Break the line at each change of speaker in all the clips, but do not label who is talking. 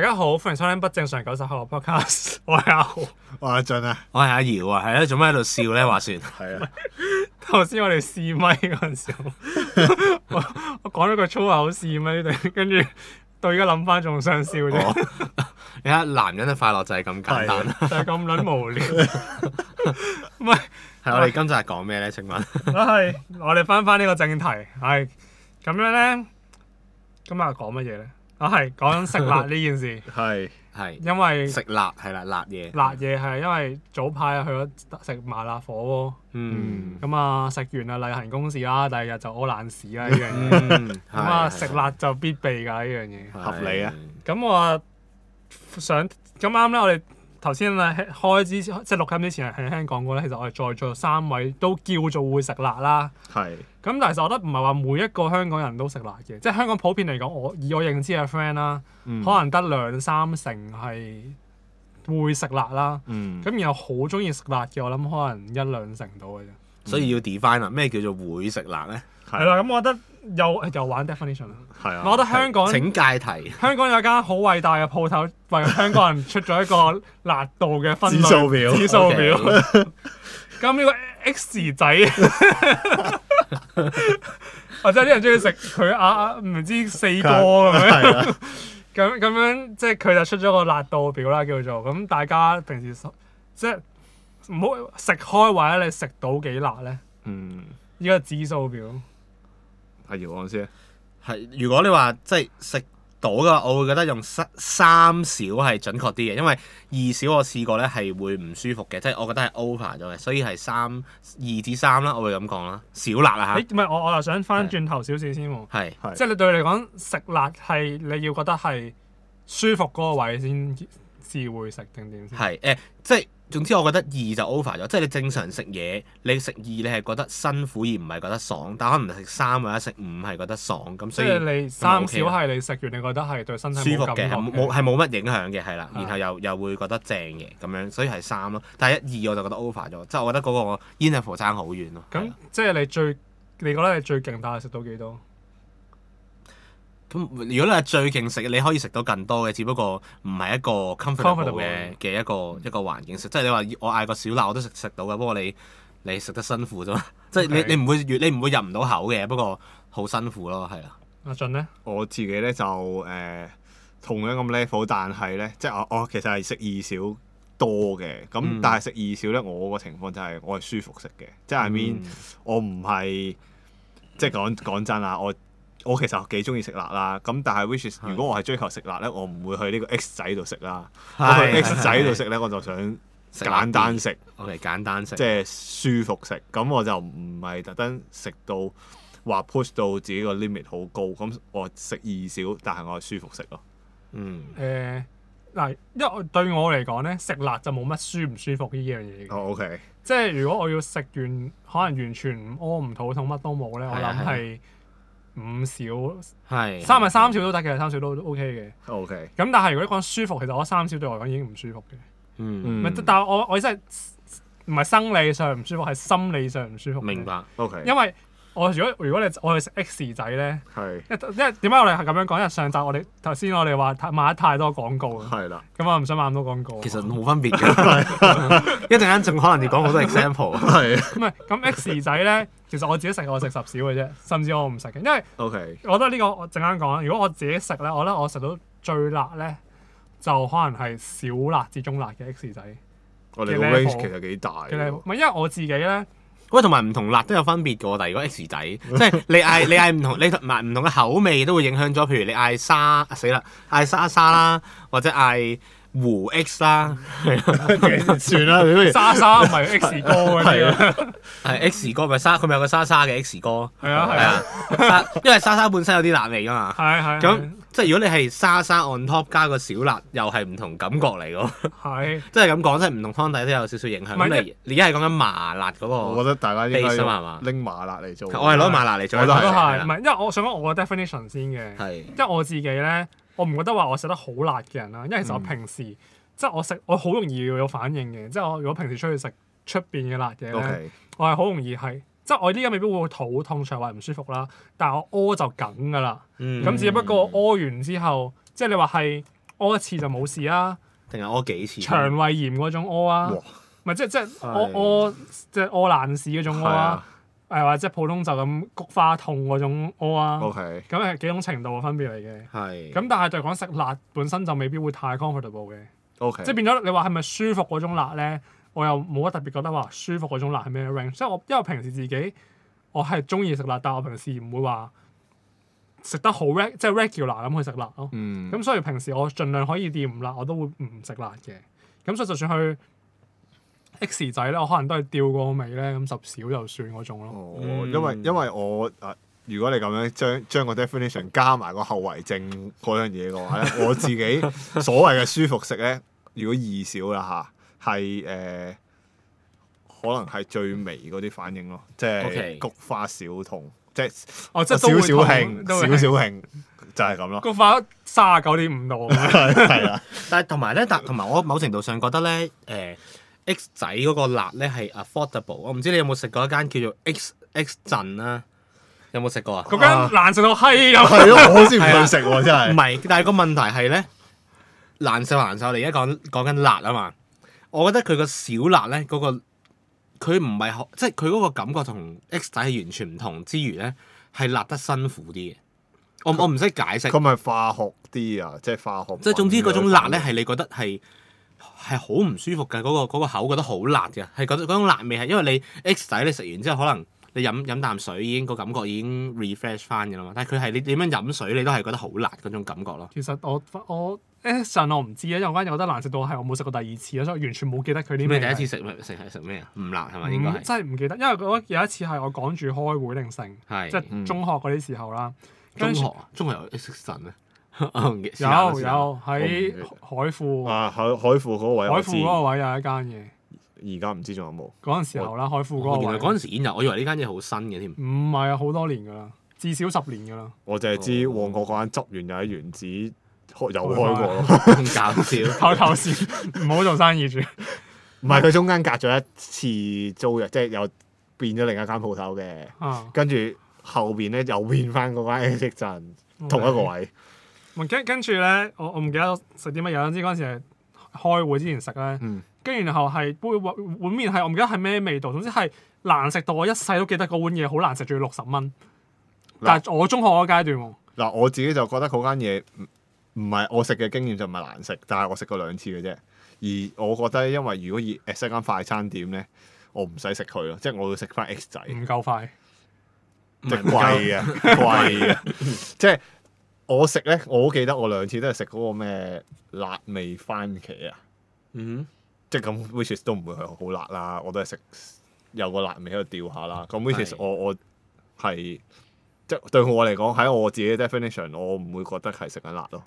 家好，歡迎收聽不正常九十後 podcast，我 係阿豪。
哇！阿俊啊，
我係阿瑤啊，係啦，做咩喺度笑咧？話説，
係啊，
頭先我哋試咪嗰陣時候， 我我講咗句粗口試咪，跟住到而家諗翻仲想笑
哦
啫，
你睇男人嘅快樂就係咁簡單。
就係咁撚無聊。唔係，
係我哋今集係講咩咧？請問
係我哋翻翻呢個正題，係咁樣咧。今日講乜嘢咧？啊，係講緊食辣呢件事，
係
係
因為
食辣係啦，辣嘢
辣嘢係因為早排去咗食麻辣火鍋。
嗯
咁啊，食完啊例行公事啦，第二日就屙爛屎啦呢樣嘢。
嗯
咁啊，食辣就必備㗎呢樣嘢。
合
合理啊！
咁我啊想咁啱咧，我哋頭先啊開之前即係錄音之前係輕輕講過咧，其實我哋在座三位都叫做會食辣啦。
係
咁但係其實我覺得唔係話每一個香港人都食辣嘅，即係香港普遍嚟講，我以我認知嘅 friend 啦，可能得兩三成係會食辣啦。
嗯
咁然後好中意食辣嘅，我諗可能一兩成到嘅啫。
所以要 define 啊，咩叫做會食辣咧？
係啦，咁我覺得又 又玩 definition 啦。
係啊，
我覺得香港
請界題
香港有間好偉大嘅鋪頭，為香港人出咗一個辣度嘅分類
指數表
指數表。咁呢個 X 仔， 或者有啲人中意食佢啊唔知四哥咁樣，
係 啊，
咁咁樣即係佢就出咗個辣度表啦，叫做咁大家平時食即係唔好食開或者你食到幾辣咧？
嗯，
呢個指數表
阿姚安先，啊
係，如果你話即係食到嘅話，我會覺得用三三小係準確啲嘅，因為二小我試過咧係會唔舒服嘅，即係我覺得係 over 咗嘅，所以係三二至三啦，我會咁講啦，小辣啊
誒唔係我我又想翻轉頭少少先喎。
嚇，係
係
即係你對你嚟講，食辣係你要覺得係舒服嗰個位先至會食定點先。
係誒，即係總之我覺得二就 over 咗，即係你正常食嘢，你食二你係覺得辛苦而唔係覺得爽，但可能食三或者食五係覺得爽，咁
即
所以
係你三小
咁咪 OK 啦
係你食完，你覺得係對身體
啊舒服
冇感
嘅，
覺啊
係冇冇係冇乜影響嘅，係啦，
係
然後又又會覺得正嘅咁樣，所以係三咯。但係一二我就覺得 over 咗，即係我覺得嗰個 interval 爭好遠咯。係
咁
啦
即係你最你覺得你最勁，但係食到幾多？
咁如果你係最勁食，你可以食到更多嘅，只不過唔係一個 comfortable 嘅
Comfortable
嘅一個一個環境食。即係你話我嗌個小辣我都食食到嘅，不過你你食得辛苦啫嘛。即係
Okay
你你唔會越你唔會入唔到口嘅，不過好辛苦咯，係啦。啊
阿俊咧，
我自己咧就誒同樣咁 level，但係咧即係我我其實係食二少多嘅，咁
嗯
但係食二少咧，我個情況就係我係舒服食嘅，即係 I mean
嗯
我唔係即係講講真啊，我。我其實幾中意食辣啦，咁但係 which is
係
如果我係追求食辣咧，我唔會去呢個 X 仔度食啦。我
係
去 X 仔度食咧，我就想
食辣啲
簡單食。
，OK 簡單食，
即係舒服食，咁我就唔係特登食到話 push 到自己個 limit 好高，咁我食二少，但係我係舒服食咯。
嗯
誒、嗱，因為我對我嚟講咧，食辣就冇乜舒唔舒服呢樣嘢嘅。
哦，OK，
即係如果我要食完，可能完全唔屙唔肚痛乜都冇咧，我
係啊
諗係五
係
小三係三小都得嘅，三小都 OK 嘅。
OK，
咁但係如果你講舒服，其實我三小對我嚟講已經唔舒服嘅。
嗯
唔係、但係我我意思係唔係生理上唔舒服，係心理上唔舒服。
明。白
OK，
因為我如果如果你我去食 X 仔咧，
係
因因為點解我哋係咁樣講？因為上集我哋頭先我哋話太買得太多廣告啦，
係啦，
咁我唔想買咁多廣告。啊
其實冇分別嘅， 一陣間仲可能要講好多 example。
係
唔係咁 X 仔咧， 其實我自己食我食十少嘅啫，甚至我唔食嘅，因為
OK，
我覺得呢個我陣間講啦。如果我自己食咧，我覺得我食到最辣咧，就可能係小辣至中辣嘅 X 仔
我哋
嘅
個
level
range 其實幾大
嘅 level
喎
唔。係因為我自己咧。
喂，啊同埋唔同辣都有分別嘅喎。但係如果 X 仔，即係你嗌你嗌唔同，你同埋唔同嘅口味都會影響咗。譬如你嗌沙死啦，嗌沙沙啦，或者嗌胡 X 啦，
算啦，你不 如
莎莎唔係 X 哥嗰啲啊，
係 X 哥咪沙，佢咪有個沙沙嘅 X 哥，
係啊
係
係啊
啊，沙因為沙沙本身有啲辣味㗎嘛。
係係
啊咁即係如果你係沙沙 on top 加個小辣，又係唔同感覺嚟嘅喎。
係
即係咁講，即係唔同湯底都有少少影響。
唔係
咁你你而家係講緊麻辣嗰
我覺
個，
得大家應
base 啊嘛係嘛
該拎麻辣嚟做。
我係攞麻辣嚟做一
我
個
都
都係，
係
係
唔
啦。
係因為我想講我嘅 definition 先嘅，
係
因為我自己咧，我唔覺得話我食得好辣嘅人啦，因為其實我平時即係我食我好容易有反應嘅，即係我如果平時出去食出邊嘅辣嘢咧，
OK，
我係好容易係。即係我呢家未必會肚痛、腸胃唔舒服啦，但係我屙就梗㗎啦。
嗯
咁只不過屙完之後，即係你話係屙一次就冇事啊，
定係屙幾次？
腸胃炎嗰種屙啊
哇，，
咪即即屙
係
屙即屙爛屎嗰種屙
係
啊
啊，哦
誒或者普通就咁菊花痛嗰種屙啊，
，OK，
咁係幾種程度嘅分別嚟嘅。
係
咁但係就講食辣本身就未必會太 comfortable 嘅，
OK，
即係變咗你話係咪舒服嗰種辣咧？我又冇乜特別覺得話舒服嗰種辣係咩 range，即係我因為我平時自己我係中意食辣，但我平時唔會話食得好 reg 即係 regular 咁去食辣咯。
嗯，
咁所以平時我盡量可以掂唔辣，我都會唔食辣嘅。咁所以就算去 X 仔咧，我可能都係吊過味咧，咁十少就算嗰種咯。
哦，
嗯
因為因為我啊，如果你咁樣將將個 definition 加埋個後遺症嗰樣嘢嘅話咧，我自己所謂嘅舒服食咧，如果易少啦吓，係誒、呃可能係最微嗰啲反應咯，即係
OK
菊花小痛，即係
哦，即
少
係
少
都會痛
興，
都會
少
興
少興就係咁 咯，
個化三十九點五度 咁樣。
係啦，
但係同埋咧，但同埋我某程度上覺得咧，誒、X 仔嗰個辣咧係 affordable。我啊唔知你有冇食過一間叫做 X X 鎮啦、有冇食過啊？
嗰間難食到閪咁。
係咯，我好似唔去食喎，真係，
唔係，但係個問題係咧，難受難受。你而家講講緊辣啊嘛，我覺得佢個小辣咧嗰、個，佢唔係好即係佢嗰個感覺同 X 仔係完全唔同之餘咧，係辣得辛苦啲嘅。我我唔識解釋
佢，咪化學啲啊，即係化學，
即係總之嗰種辣咧，係你覺得係係好唔舒服嘅，嗰、個嗰個口覺得好辣嘅，係覺得嗰種辣味係因為你 X 仔你食完之後可能你飲飲啖水已經個感覺已經 refresh 翻嘅啦嘛，但係佢係你點樣飲水你都係覺得好辣嗰種感覺咯。
其實我我一陣我唔知啊，因為我間有覺得難食到係我冇食過第二次啊，所以完全冇記得佢啲
咁
咩。
你第一次食咪食係食咩啊？唔辣係咪應該
唔
係？
嗯真係唔記得，因為我有一次係我趕住開會定成，
係
即係中學嗰啲時候啦。跟
哦中
住
學啊中學有 X 神咩？ 我唔記
有
是但啦
有
是但啦
喺海庫海
啊海海富嗰個位我知，
庫嗰個位有一間嘢，
而家唔知仲有冇。
嗰陣時候啦，海庫
哦
嗰個
原來
位
嗰陣時已經有，我以為呢間嘢好新 嘅添。
唔係啊，好多年㗎啦，至少十年㗎啦。
我淨係知
哦
旺角嗰間執完又喺原子開又開過咯，
咁搞笑。
偷偷先，唔好做生意住。
唔係佢中間隔咗一次租約，即係又變咗另一間鋪頭嘅，
啊
跟住後邊咧又變翻嗰間 A 鎮同一個位，
唔跟跟住咧，我我唔記得食啲乜嘢啦，總之嗰陣時係開會之前食咧，
嗯
跟住然後係杯碗碗面係我唔記得係咩味道，總之係難食到我一世都記得嗰碗嘢好難食，仲要六十蚊。但係我中學嗰階段喎，
嗱我自己就覺得嗰間嘢唔唔係我食嘅經驗就唔係難食，但係我食過兩次嘅啫。而我覺得因為如果以 X 一間快餐店咧，我唔使食佢咯，即係我會食翻 X 仔。
唔夠快。
即係貴啊，貴啊！即係我食咧，我好記得我兩次都係食嗰個咩辣味番茄啊，
嗯
即係咁，which is 都唔會係好辣啦，我都係食有個辣味喺度吊下啦。咁 which is
係
我我係即係對我嚟講，喺我自己嘅 definition，我唔會覺得係食緊辣咯。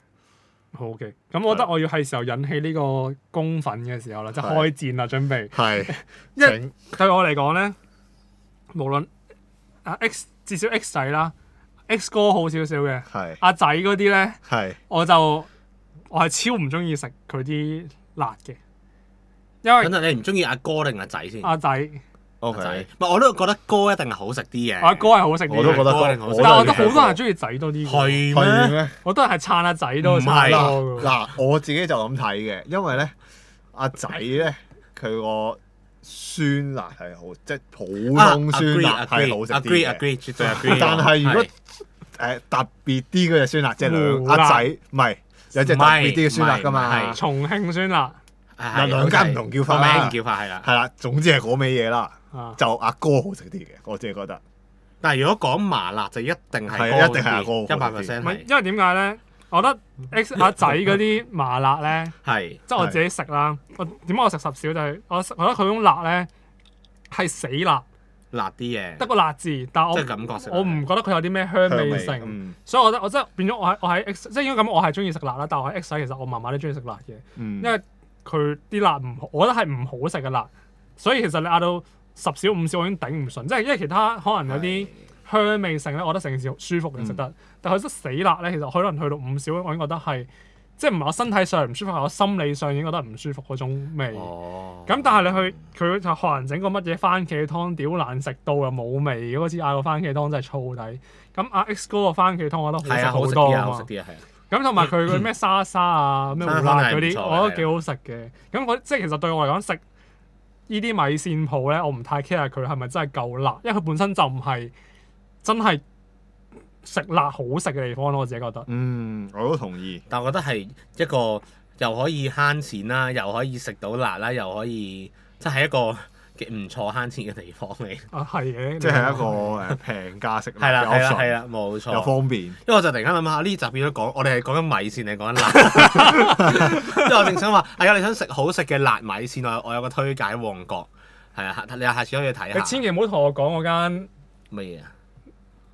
好嘅，咁我覺得我要係時候引起呢個公憤嘅時候啦，即係開戰啦，準備。
係，
因為
請
對我嚟講咧，無論啊 X 至少 X 仔啦，X 哥好少少嘅，
係
阿仔嗰啲咧。
係
我就我係超唔中意食佢啲辣嘅，因
哼，等
為
陣你唔中意阿哥定阿仔先？
阿仔
阿仔，
OK，
唔係我都覺得哥一定係好食啲嘅。
我阿哥係好食啲
我都覺
嘅，
得
我都
但係我覺得
覺
好多人中意仔多啲嘅，
係
係咩？啊
咩？
我都係撐阿仔多過撐阿哥嘅。
嗱，我自己就咁睇嘅，因為咧阿仔咧佢個酸辣係好，即係普通酸辣係好食啲
啊
嘅
agree agree 絕對 agree。
但係如果誒特別啲嗰只酸辣，即係兩
胡辣
阿仔唔係有隻特別啲嘅啊酸辣㗎
唔係
嘛
唔，
重慶酸辣
係
兩間唔同叫法啦
兩間唔叫法係啦。
係啦，總之係嗰味嘢啦，
啊，
就阿哥好食啲嘅，我自己覺得
但係如果講麻辣就一定係
係
哥
一定係阿哥
啲一百 percent
唔係
係
因為點解咧？我覺得 X 阿仔嗰啲麻辣咧，
係
即係我自己食啦。我點解我食十少就係我食我覺得佢嗰種辣咧係死辣，
辣啲嘅，
得個辣字，但
即
我
係感覺食落
我
嚟。
唔覺得佢有啲咩香味
香味
性。
嗯
所以我覺得我真係變咗我喺我喺 X，即係應該咁，我係中意食辣啦，但係我喺 X 仔其實我麻麻都中意食辣嘅，
嗯
因為佢啲辣唔好，我覺得係唔好食嘅辣，所以其實你嗌到十少五少我已經頂唔順，即係因為其他可能有啲香味性咧，我覺得成件事舒服嘅食得，
嗯
但係佢得死辣咧，其實可能去到五少我已經覺得係即係唔係我身體上唔舒服，係我心理上已經覺得唔舒服嗰種味。
哦，
咁但係你去佢就學人整個乜嘢番茄湯，屌難食到又冇味，嗰次嗌個番茄湯真係燥底。咁阿 X 哥個番茄湯我覺得
係啊，
好
好食
食好多
啲啊，
啊
好食
嘛。
啲啊，係啊。
咁同埋佢嗰啲咩沙沙啊、咩胡辣嗰
沙
啲，
沙係唔錯嘅
我覺得幾好食嘅。咁我即係其實對我嚟講食呢啲米線鋪咧，我唔太 care 佢係咪真係夠辣，因為佢本身就唔係真係食辣好食嘅地方咯。我自己覺得。
嗯，我都同意。
但我覺得係一個又可以慳錢啦，又可以食到辣啦，又可以即係一個嘅唔錯慳錢嘅地方嚟。
啊，係嘅，
即係一個誒平價食物
嗯係啦，
嘅
係啦，
option，
係啦，冇錯。
又方便。
因為我就突然間諗下，呢集變咗講，我哋係講緊米線，你係講緊辣。 因為我正想話，係啊，你想食好食嘅辣米線，我我有個推介旺角，係啊，下你下次可以睇
你千
下。
祈唔好同我講嗰間
乜嘢啊？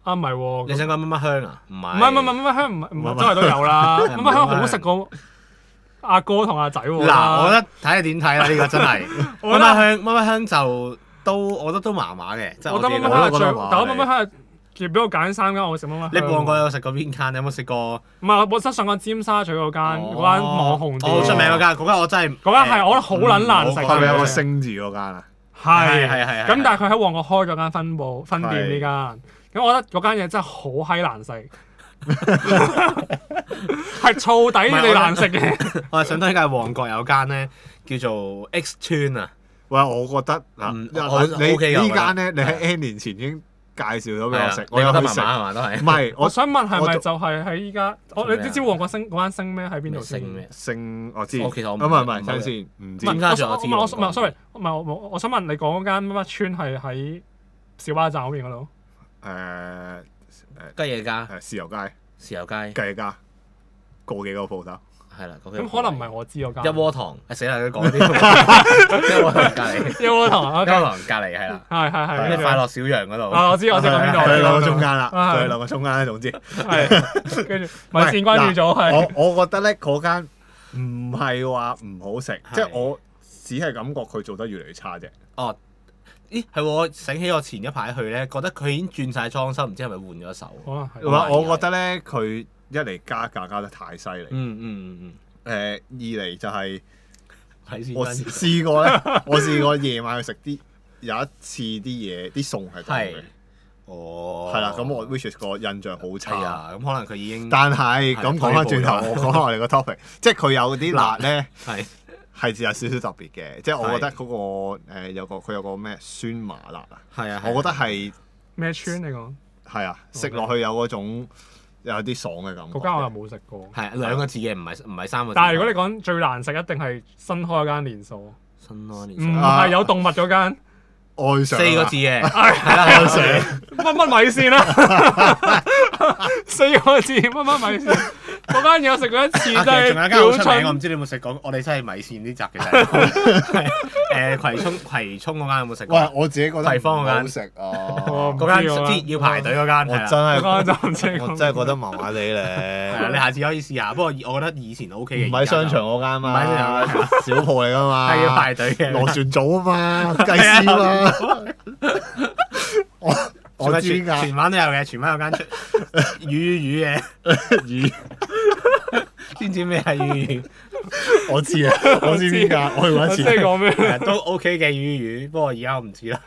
啊，唔係喎，
你想講乜乜香啊？唔
唔
係，
係唔係唔係乜香唔係唔
唔係
係周圍都有啦，乜乜香
唔係
好食過阿哥同阿仔喎。
嗱，我覺得睇下點睇啦，呢個真係
我覺
乜
得
乜香乜乜香就都，我覺得都麻麻嘅，即係
我
我
覺得
自己
乜
覺
乜香係
我都覺
得。
最，
得麻麻
但我乜乜香係，其實俾我揀三間，我會食乜乜
你
香。
旺角有食過邊間？你有冇食過？
唔係，我本身上過尖沙咀嗰間嗰間嗯網紅
哦好出名
店，
嗰間，嗰間我真係
嗰間係我覺得好撚難食
嗯
嘅。
我
係咪有個星字嗰間啊？
係
係係係係
咁但係佢喺旺角開咗間分部分店呢間，咁我覺得嗰間嘢真係好閪難 食，係燥底你難食嘅。
誒我係想推介旺角有間咧叫做 X 村啊，
喂，我覺得嗱，
嗯
嗱
我
你
OK 㗎
呢間
我覺啊
咧，你喺 N 年前已經介紹咗俾我
係啊
食，
你
我
覺
有
得
去
麻
食。
麻係嘛都
唔
係。
係，
我
我
想問係
我
咪
仲
就係喺依家？我你
咩啊
知知旺角星嗰間星咩喺邊度先？
星咩？
姓我知。
我其實我唔
啊唔係唔係，
唔係
等陣先，唔知
唔係尖沙咀
我
我
想
知
唔係我
旺
想
角
唔係，sorry，唔係我冇我想問你講嗰間乜乜村係喺小巴站嗰邊嗰度？
誒
吉野家、
誒豉油街、
啊豉油街，
雞家，個幾個鋪頭。
係啦，咁
咁可能唔係我知嗰間。
一鍋糖，誒哎死啦！佢 講啲一鍋糖隔 離，
一窩糖
一鍋
，OK，
糖隔離係啦，
係係係。
咁
跟
你
住
快樂小羊嗰
啊！
度，
我知我知講邊度。
佢哋兩個
我知
中間啦，
啊
佢哋兩個中間啦，總之。
係，跟住米
喂
線關注組係。
我我覺得咧嗰間唔係話唔好食，
係
即係我只係感覺佢做得越嚟越差啫。
哦，咦係喎我醒起我前一排去咧，覺得佢已經轉晒裝修，唔知係咪換咗手？
可能
同
哦
係。
埋我覺得咧，佢一嚟加價加得太犀利，誒、
嗯嗯嗯
二嚟就係
嗯，睇先
我
跟住
試過咧，我試過夜晚去食啲有一次啲嘢啲餸係凍嘅
係，哦，
係啦，咁我 which is 個印象好
係
差。
啊，咁可能佢已經
但係咁
係
講翻轉頭，
退
我講翻我哋個 topic，即係佢有啲辣咧。
係
係有少少特別嘅，即係我
係
覺得嗰、個、呃、有個佢有個咩酸麻辣啊，
係啊，
我覺得係
咩村嚟講？
係啊，食落去有嗰種有啲爽嘅感覺。
嗰間我又冇食過。
係啊兩個字嘅，唔係唔係三個字。
但係如果你講最難食，一定係新開嗰間連鎖，唔
新安年
啊
係有動物嗰間
愛上啊
四個字嘅， 係啦，係啦係啦
乜乜米線啦，四個字乜乜米線。嗰間嘢我食過一次，真
啊其實
係
仲有一間好
屌
出名，我
春。
唔知你有冇食過。我哋真係米線呢集其實係誒葵涌葵涌嗰間有冇食過？
喂，我自己覺得
葵芳嗰間
唔好食啊！
我唔知
嗰間
喎
即係要排隊嗰間
我
係
真
啦
嗰
係
間就唔知講咩。
我真係覺得麻麻地
係啊啦，你
咧，
下次可以試下。不過我覺得以前 O K 嘅，
唔係商場
而
嗰間
唔係
嘛
商場，
小鋪嚟噶嘛，
家就係要啊排隊嘅。
螺旋組啊嘛，雞絲啊嘛，我我知
全
㗎，
全灣都有嘅，全灣有間出 魚魚魚
咦
嘅，知唔知咩係 魚
我知啊，我知邊間，我去過
我
一
知
次
你。講咩。
魚？啊都 O K 嘅魚魚，不過而家我唔知啦。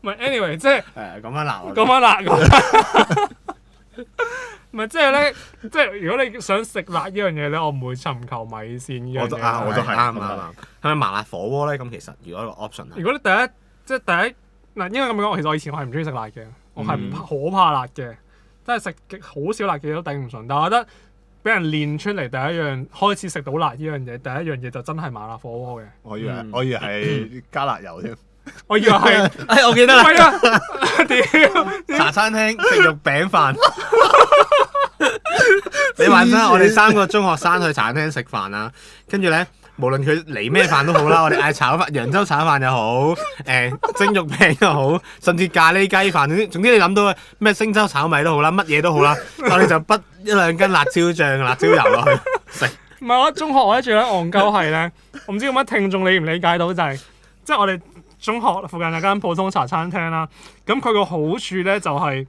唔係，anyway，即係
係啊咁 樣鬧我。
講翻辣嗰 唔係，即係咧，即係如果你想食辣呢樣嘢咧，我唔會尋求米線呢樣
我都啊
嘢。
我都係
啱啱啱。係咪麻辣火鍋咧？咁其實如果個 option 啊
如
係
果你第一即係第一嗱，應該咁講，其實我以前我係唔中意食辣嘅，我係唔
嗯
怕好怕辣嘅，真係食極好少辣嘅嘢都頂唔順。但係我覺得俾人練出嚟第一樣開始食到辣呢樣嘢，第一樣嘢就真係麻辣火鍋嘅。
我以為、
嗯
我以為係加辣油添，
我以為 係，
哎，我記得啦，
係啊，屌！
茶餐廳食肉餅 飯。你幻想下我哋三個中學生去茶餐廳食飯啊，跟住咧，無論佢嚟咩飯都好 啦，我哋嗌炒飯、揚州炒飯又好，誒、蒸肉餅又好，甚至咖喱雞飯，總之總之你諗到嘅咩星洲炒米都好啦，乜嘢都 好啦，我哋就滗一兩斤辣椒醬、辣椒油落去食。
唔係我中學我咧最撚戇鳩係咧， 我唔知點解聽眾理唔理解到就係、即係我哋中學附近有間普通茶餐廳啦。咁佢個好處咧就係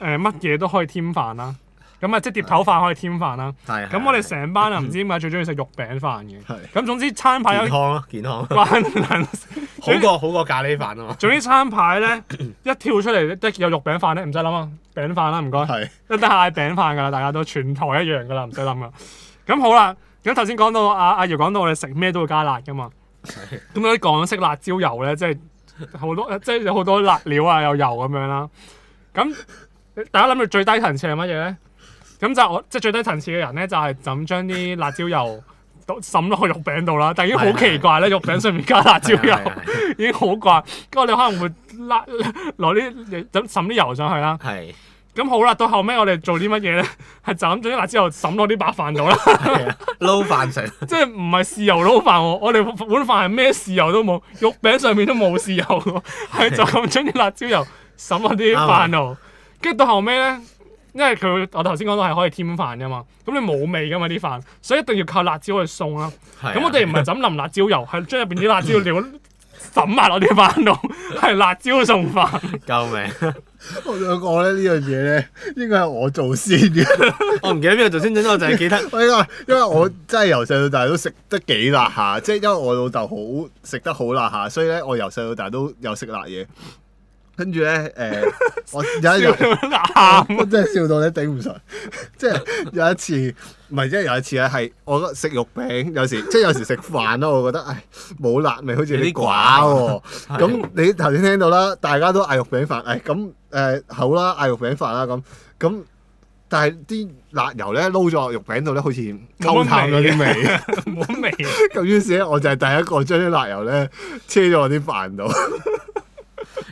誒乜嘢都可以添飯啦。咁啊，即係碟頭飯可以添飯啦。
係
咁我哋成班啊，唔知點解最中意食肉餅飯嘅。
係
咁總之餐牌有
健康咯，健康。啊
關撚事
好過好過咖喱飯啊 嘛。
總之餐牌咧一跳出嚟，即係有肉餅飯咧，唔使諗啊，餅飯啦，唔該。
係
一定嗌餅飯㗎啦，大家都全台一樣㗎啦，唔使諗啦。咁好啦，咁頭先講到阿阿瑤講到我哋食咩都會加辣㗎嘛，咁嗰啲港式辣椒油咧，即係好多即係有好多辣料啊，有油咁樣啦。咁大家諗住最低層次係乜嘢咧？咁就我即係最低層次嘅人咧，就係就咁將啲辣椒油倒滲落去肉餅度啦，但已經好奇怪咧，肉餅上面加辣椒
啊係
油
啊係啊係啊
已經好怪，跟住你可能會辣攞啲咁滲啲油上去啦。
係
咁好啦，到後尾我哋做啲乜嘢咧？ 係就咁將啲辣椒油滲落啲白飯度啦，
係啊，撈飯食
即係唔係豉油撈飯喎？我哋碗飯係咩豉油都冇，肉餅上面都冇豉油喎， 係就咁將啲辣椒油滲落啲飯度，
啊
跟住到後尾咧，因為佢我頭先講到係可以添飯噶嘛，咁你冇味噶嘛啲飯，所以一定要靠辣椒去餸啦。
係啊
咁我哋唔係就咁淋辣椒油，係將入邊啲辣椒料 滲埋落啲飯度，係辣椒餸飯。
救命！
我想講咧呢樣嘢咧，應該係我做先嘅。
我唔記得邊個做先，總之我就係記得
我因為因為我真係由細到大都食得幾辣下，即係因為我老豆好食得好辣下，所以咧我由細到大都有食辣嘢。跟住咧，誒、我
哎
有 一日。
鹹
我 真係笑到咧頂唔順， 即係有一次，唔係即係有一次咧係我覺得食肉餅，有時即係有時食飯咯，我覺得唉冇辣味，好似有啲寡喎。咁你頭先聽到啦，大家都嗌肉餅飯，唉咁誒好啦，嗌肉餅飯啦咁咁，但係啲辣油咧撈咗落肉餅度咧，好似溝淡咗啲味。
冇乜味。
咁於是咧，我就係第一個將啲辣油咧黐咗我啲飯度。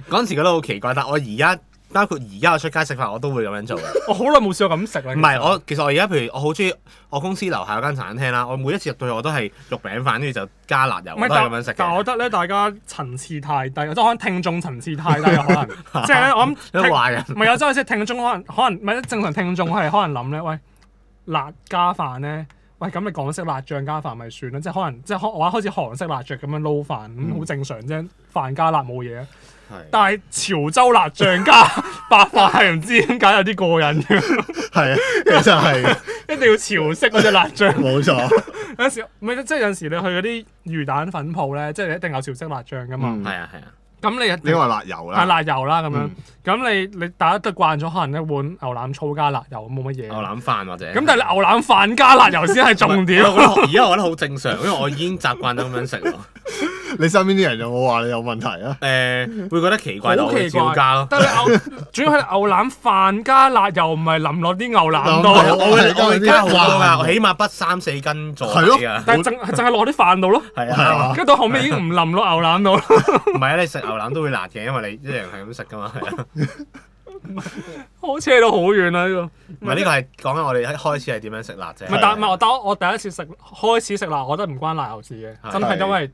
嗰陣時覺得好奇怪，但我而家包括而家我出街食飯，我都會咁樣做 嘅。
我好耐冇試過咁食啦。
唔係我其實我而家譬如我好中意我公司樓下有間茶餐廳啦，我每一次入到去我都係肉餅飯，跟住就加辣油，
唔
我
係
都係咁樣食
但但我
嘅。
覺得咧，大家層次太低，即係可能聽眾層次太低啊，可 能即係咧，我諗
你
聽
壞人
唔係有真係聽眾可能可能唔係正常聽眾係可能諗咧，喂辣加飯咧，喂咁你港式辣醬加飯咪算啦，即係可能即係可我話開始韓式辣醬咁樣撈飯咁好正常啫，飯加辣冇嘢。
嗯係
但係潮州辣醬加 白飯係唔知點解有啲過癮嘅，
係啊，其實係
一定要潮式嗰只辣醬。
冇錯。
有陣時唔係即係有陣時你去嗰啲魚蛋粉鋪咧，即係你一定有潮式辣醬噶嘛。
嗯
係啊係啊，
咁你一
你
定
話辣油
係
啦，
辣油啦咁樣
嗯。
咁你你大家都慣咗，可能一碗牛腩醋加辣油冇乜嘢。
牛
咁
腩飯或者
但係你牛腩飯加辣油先係重點。啊
我覺得而家我覺得好正常，因為我已經習慣咗咁樣食咯。
你身邊啲人有冇話你有問題啊？
誒會覺得奇怪，但
好
我會
奇
照
怪
加咯。
但係你牛， 主要係牛腩飯加辣油，唔係淋落啲牛腩
淋落
度，
我會我會加好多
哇
㗎，我起碼筆三四斤左
係咯
右㗎。
但係淨淨係落啲飯度咯。
係
係啊
啊，
跟住到後尾已經唔淋落牛腩 度啦。
唔係啊，你食牛腩都會辣嘅，因為你一樣係咁食㗎嘛。係啊，
好似去到好遠啦呢個。
唔係呢個係講緊我哋一開始係點樣食辣啫。啊
唔係，但唔係我，但我我第一次食開始食辣，我覺得唔關辣油事嘅，
係
真係因為誒、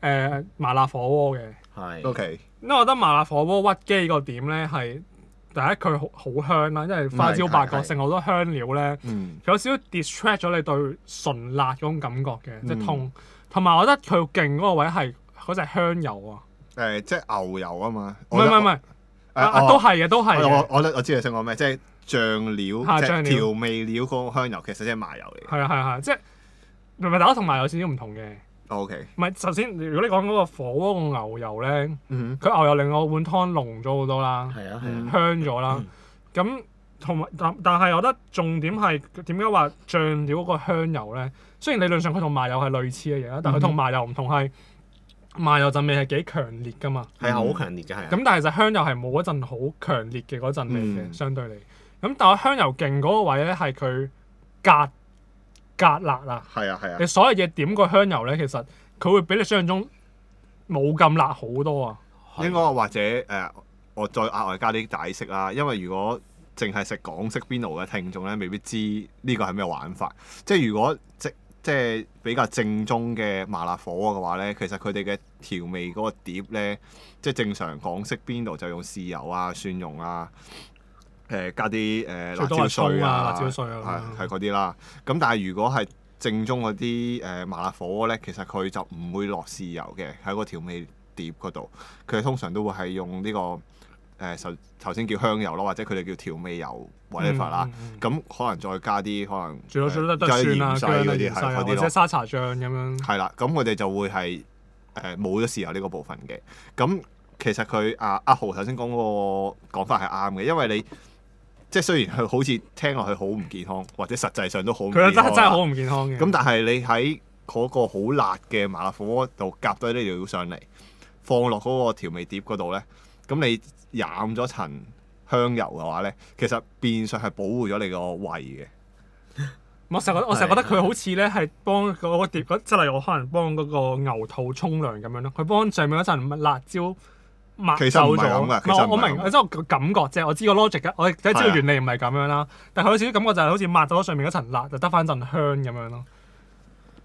呃麻辣火鍋嘅，
係啊
O K，
因為我覺得麻辣火鍋屈機個點咧係第一佢好好香啦，因為花椒八角
係係
剩好多香料咧，
嗯，
有少少 distract 咗你對純辣嗰種感覺嘅，即
嗯
係痛。同埋我覺得佢勁嗰個位係嗰隻香油啊，
誒，即係牛油啊嘛，
唔係唔係唔係，啊啊
誒，
都係嘅，都係
我我
嘅，
我我知你想講咩，即係醬料，
嚇
即
醬
係
料
調味料嗰個香油，其實即係麻油嚟嘅。
係啊係啊係，即係明明大家同埋有少少唔同嘅。
O K，
唔係，首先如果你講嗰個火鍋個牛油咧。
嗯
佢牛油令我碗湯濃咗好多啦，
係啊係啊
嗯
香咗啦。咁同埋但但係，我覺得重點係點解話醬料嗰個香油咧？雖然理論上佢同麻油係類似嘅嘢啦，但佢
嗯
同麻油唔同係麻油陣味係幾強烈噶嘛。
係啊，好強烈嘅係啊。
咁但係其實香油係冇嗰陣好強烈嘅嗰陣味嘅，
嗯
相對嚟。咁但係香油勁嗰個位咧係佢隔隔辣啊！
係啊係
你
啊，
所有嘢點個香油咧，其實佢會比你想象中冇咁辣好多啊！
係
應該或者誒，我再額外加啲解釋啦，因為如果淨係食港式邊爐嘅聽眾咧，未必知呢個係咩玩法。即係如果即即係比較正宗嘅麻辣火鍋嘅話咧，其實佢哋嘅調味嗰個碟咧，即係正常港式邊度就用豉油啊、蒜蓉啊，誒、加啲誒、辣
最多
椒
係
碎
葱啊
啊、
辣椒碎啊
係係嗰啲啦。咁但係如果係正宗嗰啲誒麻辣火鍋咧，其實佢就唔會落豉油嘅喺個調味碟嗰度，佢哋通常都會係用呢、個誒頭頭先叫香油咯，或者佢哋叫調味油 whatever 啦。
嗯嗯嗯
咁可能再加啲可能
最多
誒
最多得
加啲
蒜啊、
芫
姜
荽
啊、
嗰
芫
啲係
荽啊，
嗰
或
啲
者
咯，
沙茶醬咁樣。
係啦。咁佢哋就會係誒冇咗豉油呢個部分嘅。咁其實佢啊阿豪頭先講嗰個講法係啱嘅，因為你即係雖然佢好似聽落去好唔健康，或者實際上都好唔
佢真
健康啦
係真係好唔健康嘅。
咁但係你喺嗰個好辣嘅麻辣火鍋度夾低呢條料上嚟，放落嗰個調味碟嗰度咧，咁你染咗層香油嘅話咧，其實變相係保護咗你個胃嘅。
我成日覺得我成日覺得佢好似咧係幫嗰個碟，即係例如我可能幫嗰個牛肚沖涼咁樣咯，佢幫上面嗰層辣椒抹
其實
走
唔係
咗。
咁㗎
唔
其實
係
唔係
我我
咁
明，
㗎
即係我個感覺啫，我知個 logic 嘅，我亦都知道
係啊
原理唔係咁樣啦。但係佢有少少感覺就係好似抹咗上面嗰層辣，就得翻陣香咁樣咯。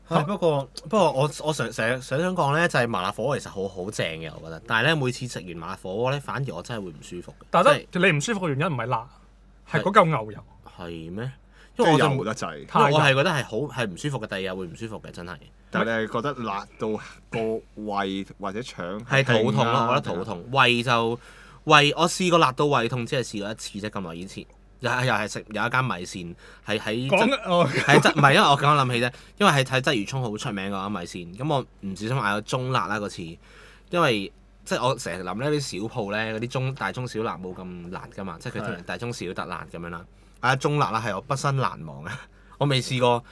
係不過不過我我成成日想想講咧，就係麻辣火鍋其實好好正嘅，我覺得。但係咧每次食完麻辣火鍋咧，反而我真係會唔舒服嘅。
但係
即
得你唔舒服嘅原因唔係辣，係
係
嗰嚿牛油
係係咩？
即
因為
係
我
油
就
得滯，
因為
太
我
油。
係覺得係好係唔舒服嘅，第二日會唔舒服嘅，真係
但係你係覺得辣到個胃或者腸
係肚痛
興
咯，
啊
我覺得肚。痛，胃就胃我試過辣到胃痛，只係試過一次啫，咁耐以前又係又係食有一間米線係喺
講哦
係質唔係，因為我咁諗起啫，因為係睇鰂魚涌好出名嘅米線，咁我唔小心嗌咗中辣啦嗰次，因為即係我成日諗呢啲小鋪咧嗰啲中大中小辣冇咁辣噶嘛，即係佢通常
係
大中小特辣咁樣啦，嗌中辣啦係我畢生難忘啊！ 我未試過，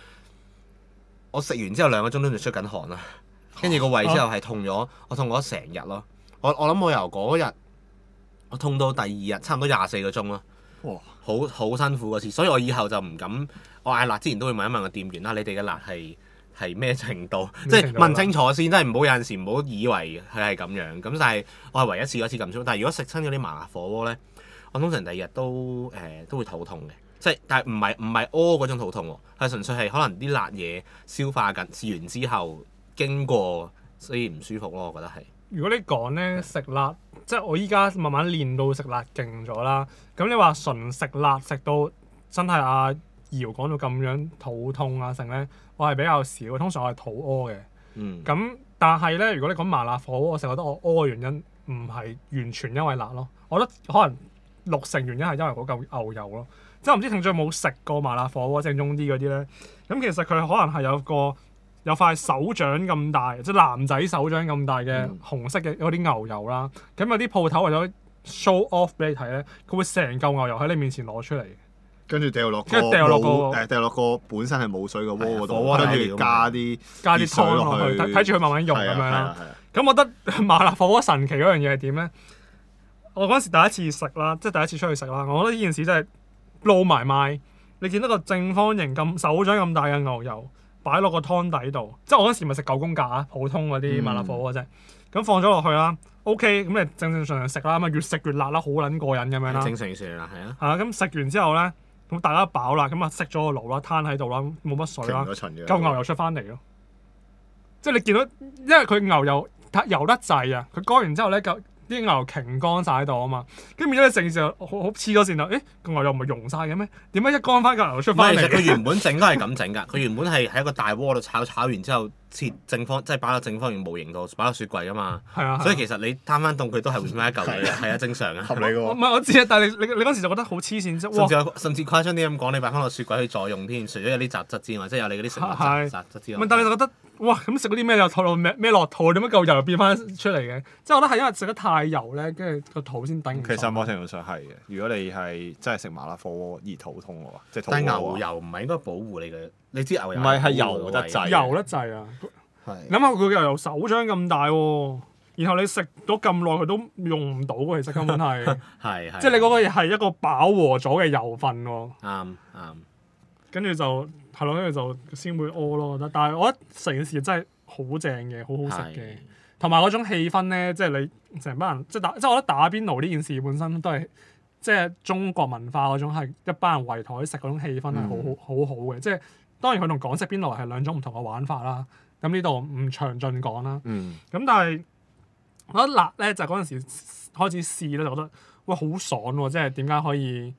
我食完之後兩個鐘都仲出緊汗啦，啊跟住個胃之後係痛咗，我痛咗成日咯，我我諗我由嗰日我痛到第二日差唔多廿四個鐘咯。
哇！
好好辛苦嗰次，所以我以後就唔敢。我嗌辣之前都會問一問個店員啦，你哋嘅辣係係咩程度？
咩
即
程
係
度啊
問清楚先，真係唔好有陣時唔好以為佢係咁樣。咁但係我係唯一試過一次咁粗。但係如果食親嗰啲麻辣火鍋咧，我通常第二日都誒、呃都會肚痛嘅，即係但係唔係唔係屙嗰種肚痛喎，係純粹係可能啲辣嘢消化緊，試完之後經過，所以唔舒服咯。我覺得係。
如果你講咧食辣，即係我依家慢慢練到食辣勁咗啦。咁你話純食辣食到真係阿姚講到咁樣肚痛啊成咧，我係比較少，通常我係肚屙嘅。
嗯，
咁但係咧，如果你講麻辣火鍋，我成日覺得我屙嘅原因唔係完全因為辣咯，我覺得可能六成原因係因為嗰嚿牛油咯。即係我唔知聽眾有冇食過麻辣火鍋正宗啲嗰啲咧？咁其實佢可能係有個有塊手掌咁大，即係男仔手掌咁大嘅
嗯
紅色嘅嗰啲牛油啦。咁有啲鋪頭為咗 show off 俾你睇咧，佢會成嚿牛油喺你面前攞出嚟嘅。
跟住掉落個
跟住掉落個
冇誒掉落個本身係冇水嘅鍋嗰
係啊火
度，
鍋底
跟
料
住
啊
加啲
加啲
熱水
湯落去，睇睇住佢慢慢溶
係
咁樣
啊係
啦
啊。係啊
咁我覺得麻辣火鍋神奇嗰樣嘢係點咧？我嗰陣時第一次食啦，即係第一次出去食啦，我覺得呢件事真係撈埋咪。你見到個正方形咁手掌咁大嘅牛油擺落個湯底度，即係我嗰陣時咪食九宮格啊，普通嗰
嗯
啲麻辣火鍋啫。咁放咗落去啦，OK，咁你正正常常食啦，咁啊越食越辣啦，好撚過癮咁樣啦。
正常算啦，係啊。
係啊，咁食完之後咧，咁大家飽啦，咁啊熄咗個爐啦，攤喺度啦，冇乜水
停
啦。
咗巡嘅。
嚿牛油出翻嚟咯。即係你見到，因為佢牛油太油得滯啊，佢乾完之後咧，嚿啲牛油擎乾晒喺度啊嘛，跟住變咗你成件事就好好黐咗線啦。誒，個牛油唔係溶晒嘅咩？點解一乾翻嚿牛油出
唔係，
翻
其實
嚟
佢？原本整都係咁整㗎。佢原本係喺一個大鍋度炒，炒完之後切正方，即係擺落正方形模型度，擺落雪櫃㗎嘛。
係啊，
所以
係啊
其實你攤翻凍佢都係會變翻一嚿嘅，係啊，正 常啊
合。理嘅
我唔
喎，
係我知啊，但係你你你嗰時就覺得好黐線啫。
甚
哇
至！有甚至誇張啲咁講，你擺翻落雪櫃去再用添，除咗有啲雜質之外，即係有你嗰啲食物
係
雜雜質之
唔
外
係，。但係你就覺得哇，咁食嗰啲咩又吐到咩咩落肚，點解嚿油又變翻出嚟嘅？即係我覺得係因為食得太油咧，跟住個肚先頂唔順。
其實某程度上係嘅。如果你係真係食麻辣火鍋而肚痛嘅話，即係肚
但係
屙
啊
牛
嘅話
油唔係應該保護你嘅，你知牛油
唔係係
保護
油得
個胃
滯
油得滯啊！
係
諗下佢又由手掌咁大喎、然後你食咗咁耐佢都用唔到喎，其實根本係，
係係
即係你嗰個係一個飽和咗嘅油分喎、
啱啱
跟住就係咯，跟住就先會屙咯。我覺得，但係我覺得成件事真係好正嘅，好好食嘅
係，
同埋嗰種氣氛咧，即係你成班人即係打，即係我覺得打邊爐呢件事本身都係。即係中國文化嗰種係一班人圍台食嗰種氣氛係好好好好嘅，即係當然佢同港式邊爐係兩種唔同嘅玩法啦。咁呢度唔詳盡講啦。
嗯，
咁但係我覺得辣咧，就嗰陣時開始試咧，就覺得哇好爽喎、即係點解可以？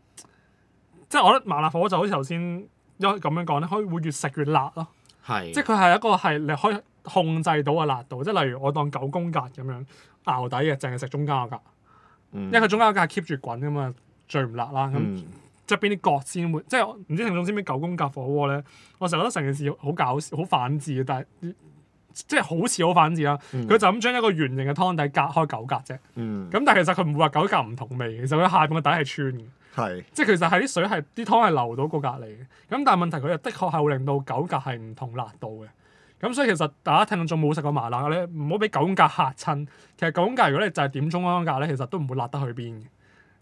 即係我覺得麻辣火鍋就好似頭先一咁樣講咧，可以會越食越辣咯。
係
即係佢係一個係你可以控制到嘅辣度，即係例如我當九宮格咁樣熬底嘅，淨係食中間嗰格，
因
因為佢中間嗰格係 keep 住滾噶嘛，最唔辣啦。咁、
嗯
側邊啲角先會，即係我唔知聽眾知唔知九宮格火鍋咧？我成日覺得成件事好搞笑、好反智嘅，但係即係好似好反智啦。
嗯
佢就咁將一個圓形嘅湯底隔開九格啫。
嗯，
咁但係其實佢唔會話九格唔同味，其實佢下邊個底係穿嘅，
係
即係其實係啲水係啲湯係流到個隔離嘅。咁但係問題佢又的確係會令到九格係唔同辣度嘅。咁所以其實大家聽眾冇食過麻辣咧，唔好俾九宮格嚇親。其實九宮格如果你就係點中嗰間格咧，其實都唔會辣得去邊嘅。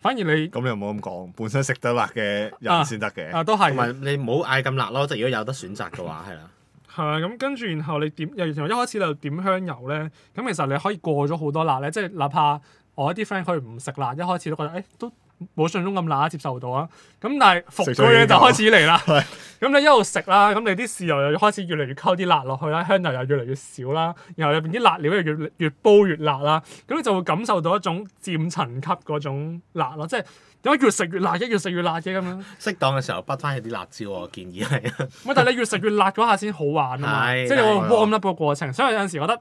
反而你
咁你又冇咁講，本身食得辣嘅
啊
人先得嘅。
啊都係
同埋你唔好嗌咁辣咯，即係如果有得選擇嘅話，係啦。
係啊，咁跟住然後你點，又然後一開始你就點香油咧，咁其實你可以過咗好多辣咧，即係哪怕我一啲 friend 佢唔食辣，一開始都覺得誒、欸都冇想像中咁辣，接受到啊。咁但係服
食
嗰
咗已
嘢
經
就
夠
開始嚟啦。
係
咁你一路食啦，咁你啲豉油又開始越嚟越溝啲辣落去啦，香油又越嚟越少啦，然後入邊啲辣料又越越煲越辣啦，咁你就會感受到一種漸層級嗰種辣咯，即係點解越食越辣嘅，越食越辣嘅咁樣。
適當嘅時候滗翻起啲辣椒，我建議係啊。
唔係，但係你越食越辣嗰下先好玩啊嘛，
係
即係有
係
個 warm up 個過程。所以有陣時覺得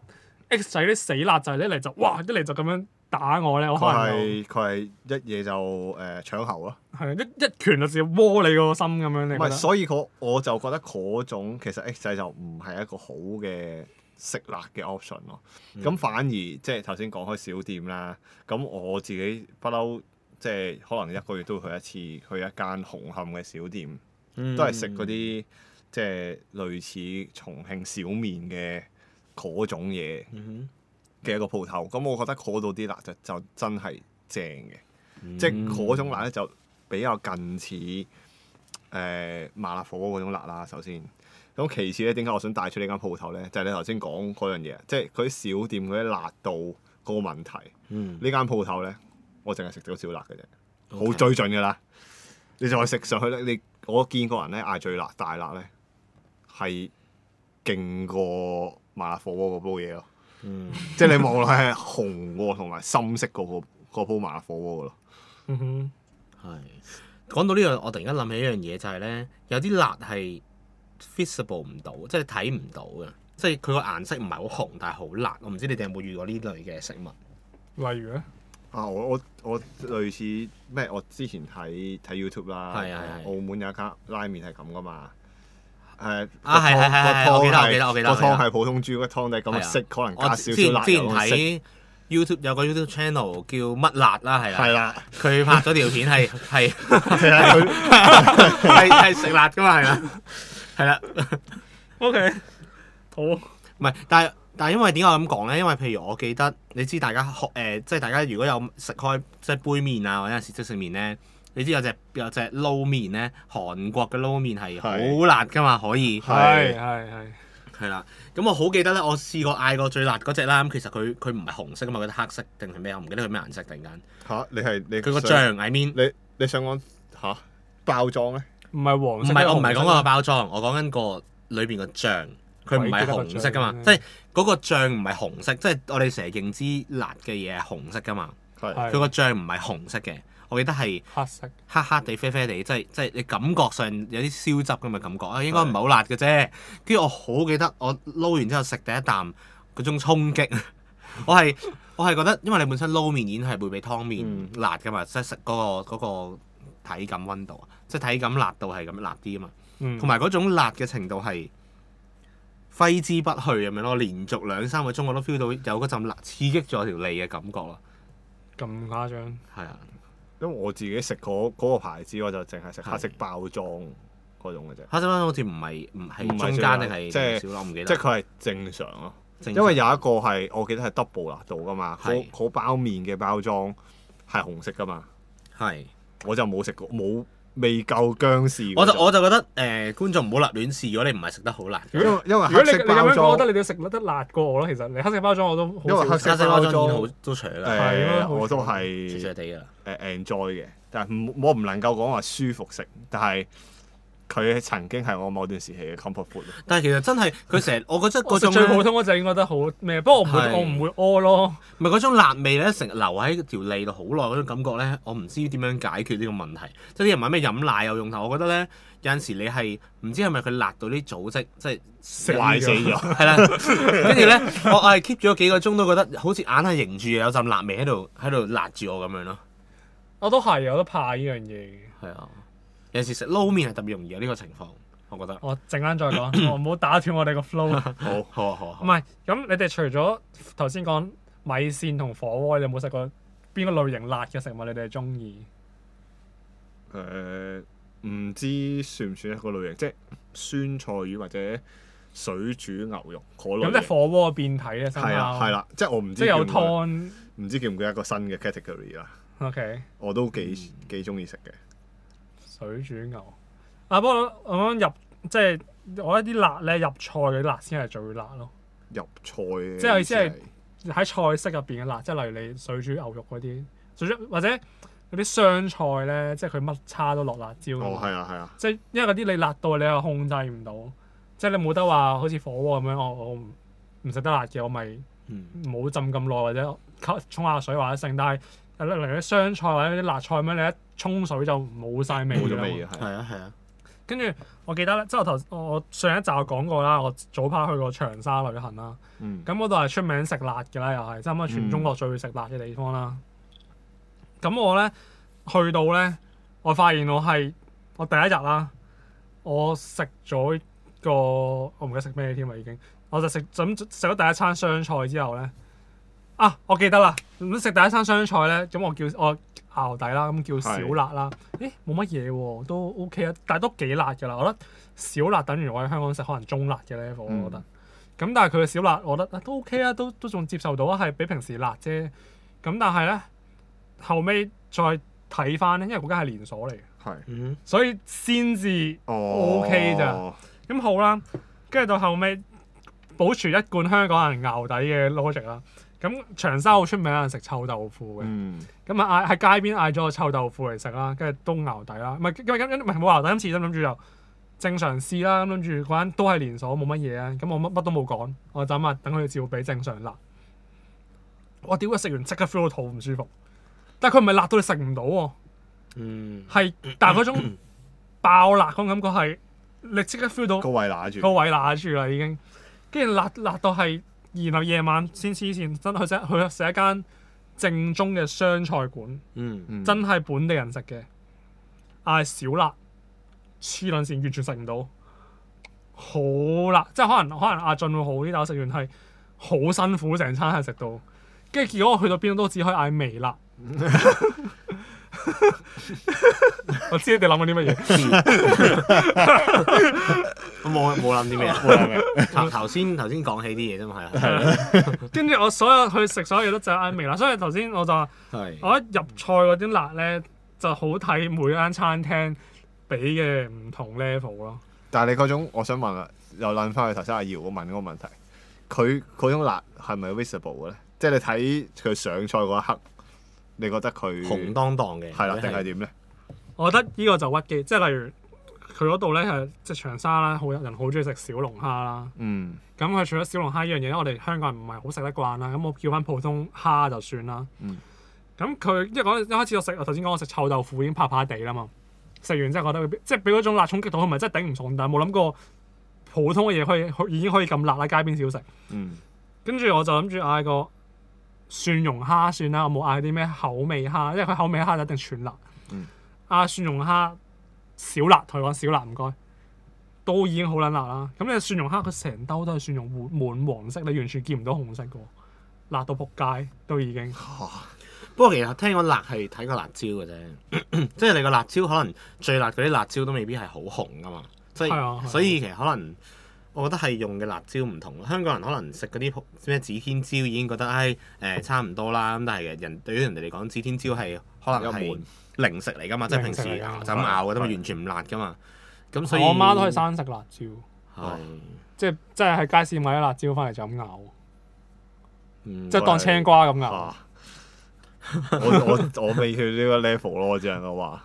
X 仔啲死辣就係一嚟就哇，一嚟就咁樣打我咧，我啊可
佢
能就
係佢係一嘢就誒搶喉咯，
係啊一一拳就直接窩你個心咁樣。你覺
唔
得？
係，所以我我就覺得嗰種其實 X 仔就唔係一個好嘅食辣嘅 option 咯。
嗯
咁、反而即係頭先講開小店啦，咁我自己不嬲，即係可能一個月都會去一次，去一間紅磡嘅小店，
嗯
都係食嗰啲即係類似重慶小麵嘅嗰種嘢
嗯
嘅一個鋪頭。咁我覺得嗰度啲辣就就真係正嘅。
哼，
即係嗰種辣咧就比較近似誒、呃麻辣火鍋嗰種辣啦。首先，咁其次咧，點解我想帶出呢間鋪頭咧？就係、你頭先講嗰樣嘢，即係佢啲小店嗰啲辣度嗰個問題。
嗯。
呢間鋪頭咧，我淨係食到少辣嘅啫，好
OK
追盡㗎啦。你再食上去咧，你我見過人咧嗌最辣大辣咧，係勁過麻辣火鍋嗰煲嘢咯。
嗯
即係你望落去係紅喎，同埋深色嗰、個嗰煲麻辣火鍋㗎咯。
嗯哼，
係講到呢樣，我突然間諗起一樣嘢就係咧，有啲辣係 visible 唔到，即係睇唔到嘅，即係佢個顏色唔係好紅，但係好辣。我唔知你哋有冇遇過呢類嘅食物？
例如咧，
啊！我我我類似咩？我之前睇睇 YouTube 啦，
係係係
澳門有一間拉麵係咁噶嘛。誒
啊係係係係我記得我記得
個
我記得我記得啊
湯係普通豬骨湯底咁嘅色，可能
我
加
之
少
前
少辣
之前
油嘅色。
睇 YouTube 有個 YouTube channel 叫乜辣啦，係
係
啦，
啦，
佢拍咗條片係係
係啦，佢
係係食辣噶嘛，係啦，係啦。
OK，好，
唔係，但係但係因為點解我咁講咧？因為譬如我記得，你知大家學誒、呃即係大家如果有食開即係杯麵啊，或者有時即食麵咧，你知有隻有隻撈麵咧，韓國嘅撈麵係
係
好辣噶嘛，可以
係
係
係係，
係啦。咁我好記得咧，我試過嗌過最辣嗰只啦。咁其實佢佢唔係紅色噶嘛，佢黑色定係咩？我唔記得佢咩顏色突然間。
嚇你係你
佢個
想
醬 I mean，
你你想講嚇包裝咧？
唔係
唔
黃色，
係我唔係講個包裝，我講緊個裏邊個醬。佢唔係紅色噶嘛，
鬼記
即
得
係嗰個醬唔係紅色，即係我哋成日認知辣嘅嘢係紅色噶嘛。
係
係
佢個醬唔係紅色嘅，我記得係
黑色，
黑黑地啡啡地，即係即係你感覺上有啲燒汁咁嘅感覺啊，應該唔係好辣嘅啫。跟住我好記得我撈完之後食第一啖嗰種衝擊， 我係我係覺得，因為你本身撈麵已經係會比湯
嗯
麵辣噶嘛，即係食嗰個嗰個體感温度啊，即係體感辣度係咁辣啲啊嘛，
嗯，
同埋嗰種辣嘅程度係。揮之不去咁樣咯，連續兩三個鐘我都 feel 到有嗰陣辣刺激咗我條脷嘅感覺咯，
咁誇張，
係啊，
因為我自己食嗰嗰個牌子，我就淨係食黑色
係
包裝嗰種嘅啫，
黑色好似唔係唔係
唔係
中
最
間
辣
定係
即係
少啦，我唔記得。
即係佢係正常咯。
正常
因為有一個係我記得係 double 辣度噶嘛，
係
嗰嗰包麵嘅包裝係紅色噶嘛，
係，
我就冇食過，冇未夠姜試
我
嗰
就
種。
我就覺得誒、呃、觀眾唔好立亂試，如果你唔係食得好辣
因
嘅。
為
如
因為
果
黑
你你
色
咁樣
包
講，我覺
裝
得，你哋食得辣過我咯。其實你黑色包裝我都好
因為黑
少
色
食
沙西包裝
包
已經
裝
好都除啦，
係
誒
咯
我都
除除
係
地㗎啦。
誒 enjoy 嘅，但係唔我唔能夠講話舒服食，但係佢曾經係我某段時期嘅 comfort food 咯。
但係其實真係佢成日，我覺得
我食
嗰種
最普
呢
通嗰隻應該都好咩，不過我唔會
係
我唔會屙咯。
唔係嗰種辣味咧，成日留喺條脷度好耐嗰種感覺咧，我唔知點樣解決呢個問題。即係啲人話咩飲奶啊有用頭，我覺得咧有陣時你係唔知係咪佢辣到啲組織即係
壞死咗，
係啦，跟住咧，我我係 keep 咗幾個鐘都覺得好似硬係凝住有陣辣味喺度喺度辣住我咁樣咯。
我都係，我都怕呢樣嘢嘅。
係啊，有時食撈麵係特別容易有呢個情況。我覺得。
我陣間再 講，我唔好打斷我哋個 flow。
好，好啊，好啊
唔
好啊。
係，咁你哋除咗頭先講米線同火鍋，你有冇食過邊個類型辣嘅食物你哋係中意？
誒呃唔知算唔算一個類型，即係酸菜魚或者水煮牛肉嗰類
咁
型。
即係火鍋嘅變體咧，
係啦，係，啦，即係我唔知
即係有
叫唔叫
湯。
唔知叫唔叫一個新嘅 category 啦。
OK，
我都幾
嗯
幾中意食嘅。
水煮牛。啊，不過我講入即係我覺得啲辣咧入菜嘅辣先係最辣咯，
入菜嘅
即係我意思係
意思
喺菜式入邊嘅辣，即係例如你水煮牛肉嗰啲，水煮或者嗰啲湘菜咧，即係佢乜叉都落辣椒㗎嘛。
哦，係啊，係啊，
即係因為嗰啲你辣到你又控制唔到，即係你冇得話好似火鍋咁樣，哦我我唔唔食得辣嘅，我咪
嗯
冇浸咁耐或者吸沖下水或者剩。但係例如啲湘菜或者啲辣菜咁樣，你一沖水就冇晒味
冇咗
㗎
味
啦
啊，。係啊。
係啊，係啊。
跟住我記得咧，即係我頭我上一集我講過啦，我早排去過長沙旅行啦，
嗯，
咁嗰度係出名食辣嘅啦，又係差唔多全中國最會食辣嘅地方啦。咁、我咧去到咧，我發現我係我第一日啦，我食咗個我唔記得食咩添啦已經，我就食就咁食咗第一餐湘菜之後咧，啊我記得啦，咁食第一餐湘菜咧，咁我叫我熬底啦，咁叫小辣啦，咦冇乜嘢喎，都 OK 啊，但係都幾辣㗎啦，我覺得小辣等於我喺香港食可能中辣嘅 level，我覺得。咁但係佢嘅小辣，我覺得啊都 OK 啊，都都仲接受到啊，係比平時辣啫。咁但係咧，後尾再睇翻咧，因為嗰間係連鎖嚟嘅，
係。
嗯
所以先至
哦
OK 咋。咁好啦。跟住到後尾，保持一貫香港人熬底嘅 logic 啦。咁長沙好出名有人食臭豆腐嘅，
嗯，
咁啊嗌喺街邊嗌咗個臭豆腐嚟食啦，跟住都熬底啦。唔係因為因唔係冇熬底，今次諗住就正常試啦。咁諗住嗰間都係連鎖，冇乜嘢啊。咁我乜乜都冇講，我就咁啊等佢照俾正常辣。我屌！佢食完即刻 feel 到肚唔舒服，但係佢唔係辣到你食唔到喎。
嗯。
係，但係嗰種爆辣嗰種感覺係，你即刻 feel 到哦
個位拿住。
個位揦住啦已經，跟住辣辣到係，然後夜晚先黐線，真去食去食一間正宗嘅湘菜館，
嗯。
嗯
真係本地人食嘅，嗌小辣，黐撚線完全食唔到，好辣，即係可能可能阿俊會好啲，但我食完係好辛苦，成餐係食到，跟住結果我去到邊度都只可以嗌微辣。 我知你哋諗緊啲乜嘢。
嗯我冇冇諗啲咩啊？
冇諗嘅
頭頭先頭先講起啲嘢啫嘛，係啊。
跟住我所有去食所有嘢都就係嗌微辣，所以頭先我就話
係。
我一入菜嗰啲辣咧就好睇每間餐廳俾嘅唔同 level 咯。
但係你嗰種，我想問啦，啊又撚翻去頭先阿姚我問嗰個問題，佢嗰種辣係咪 visible 嘅咧？即係你睇佢上菜嗰一刻，你覺得佢
紅當當嘅。
嗯係啦，定係
點？
點咧？
我覺得呢個就屈機，即係例如佢嗰度咧係即係長沙啦，好人好中意食小龍蝦啦。
嗯
咁佢除咗小龍蝦呢樣嘢咧，我哋香港人唔係好食得慣啦。咁我叫翻普通蝦就算啦。
嗯
咁佢因為講一開始我食，我頭先講我食臭豆腐已經怕怕地啦嘛。食完之後覺得佢即係俾嗰種辣衝擊到，佢咪真係頂唔順，但係冇諗過普通嘅嘢可以可以已經可以咁辣啦，街邊小食。
嗯
跟住我就諗住嗌個蒜蓉蝦算啦，我冇嗌啲咩口味蝦，因為佢口味蝦就一定全辣。
嗯
啊，蒜蓉蝦小辣，同佢講小辣唔該，都已經好撚辣啦。咁你蒜蓉蝦佢成兜都係蒜蓉滿滿黃色，你完全見唔到紅色嘅喎，辣到仆街都已經。
不過其實聽講辣係睇個辣椒嘅啫， 即係你個辣椒可能最辣嗰啲辣椒都未必係好紅噶嘛，即
係啊係
係
啊
所以其實可能我覺得係用嘅辣椒唔同，香港人可能食嗰啲普咩指天椒已經覺得唉誒、差唔多啦，咁但係人對於人哋嚟講，指天椒係可能
一
係
門
零食嚟噶嘛，即係平時
零食嚟㗎
就咁咬嘅啫嘛，完全唔辣噶嘛，咁所以
我媽都係生食辣椒，
係
即係即係喺街市買啲辣椒翻嚟就咁咬，
嗯
即係當青瓜咁咬。
啊！我我我未去呢個 level 咯，我只能夠話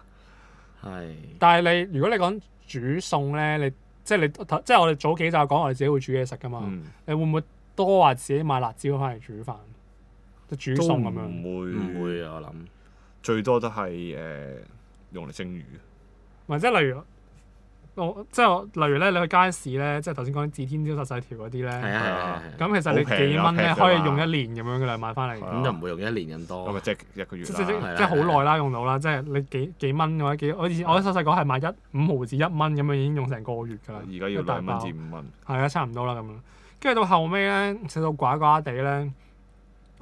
係
但係你如果你講煮餸咧，你即係你即係我哋早幾集講我哋自己會煮嘢食噶嘛。
嗯
你會唔會多話自己買辣椒翻嚟煮飯，即係煮
都
餸
唔
咁樣？
會，
唔會啊，我諗
最多都係誒用嚟蒸魚。
或者例如我即係我例如咧，你去街市咧，即係頭先講啲指天椒、實細條嗰啲
係
咧，
啊係啊係啊，
咁其實你
好平
幾
啊
蚊咧
平㗎
可以
嘛
用一年咁樣噶啦，買翻嚟。
係啊啊
咁就唔會用一年咁多
咁咪。即係一個月
即即即
啦。
哦係啦
即係好耐啦，用到啦，即係你幾幾蚊或者幾，我以前我細細個係買一五毫子一蚊咁樣已經用成個月㗎啦，
而家要
一大
兩蚊
包
至五蚊，
係啊，差唔多啦咁樣。跟住到後尾咧，食到寡寡地咧，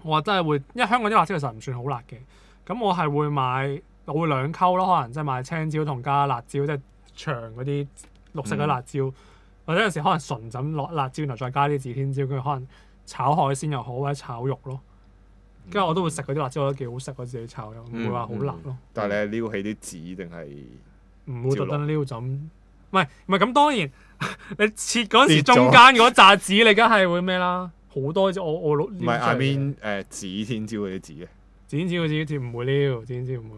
我真係會，因為香港啲辣椒其實唔算好辣嘅，咁我係會買，我會兩溝咯，可能即係買青椒同加辣椒，即係長嗰啲綠色嘅辣椒，或者有時可能純咁落辣椒，然後再加啲指天椒，跟住可能炒海鮮又好，或者炒肉咯。跟住我都會食嗰啲辣椒，我覺得幾好食，我自己炒又唔會話好辣咯，
但係你係撩起啲紙定係
唔會
照
特
落
登撩就咁。唔係唔係咁，當然 你切嗰時
跌咗
中間嗰扎紙，你梗係會咩啦？好多隻我我攞
唔係
撩出嚟
I
嘅
mean 誒紙天椒嗰啲紙咧？啊
剪紙嗰啲貼唔會撩，剪紙唔會。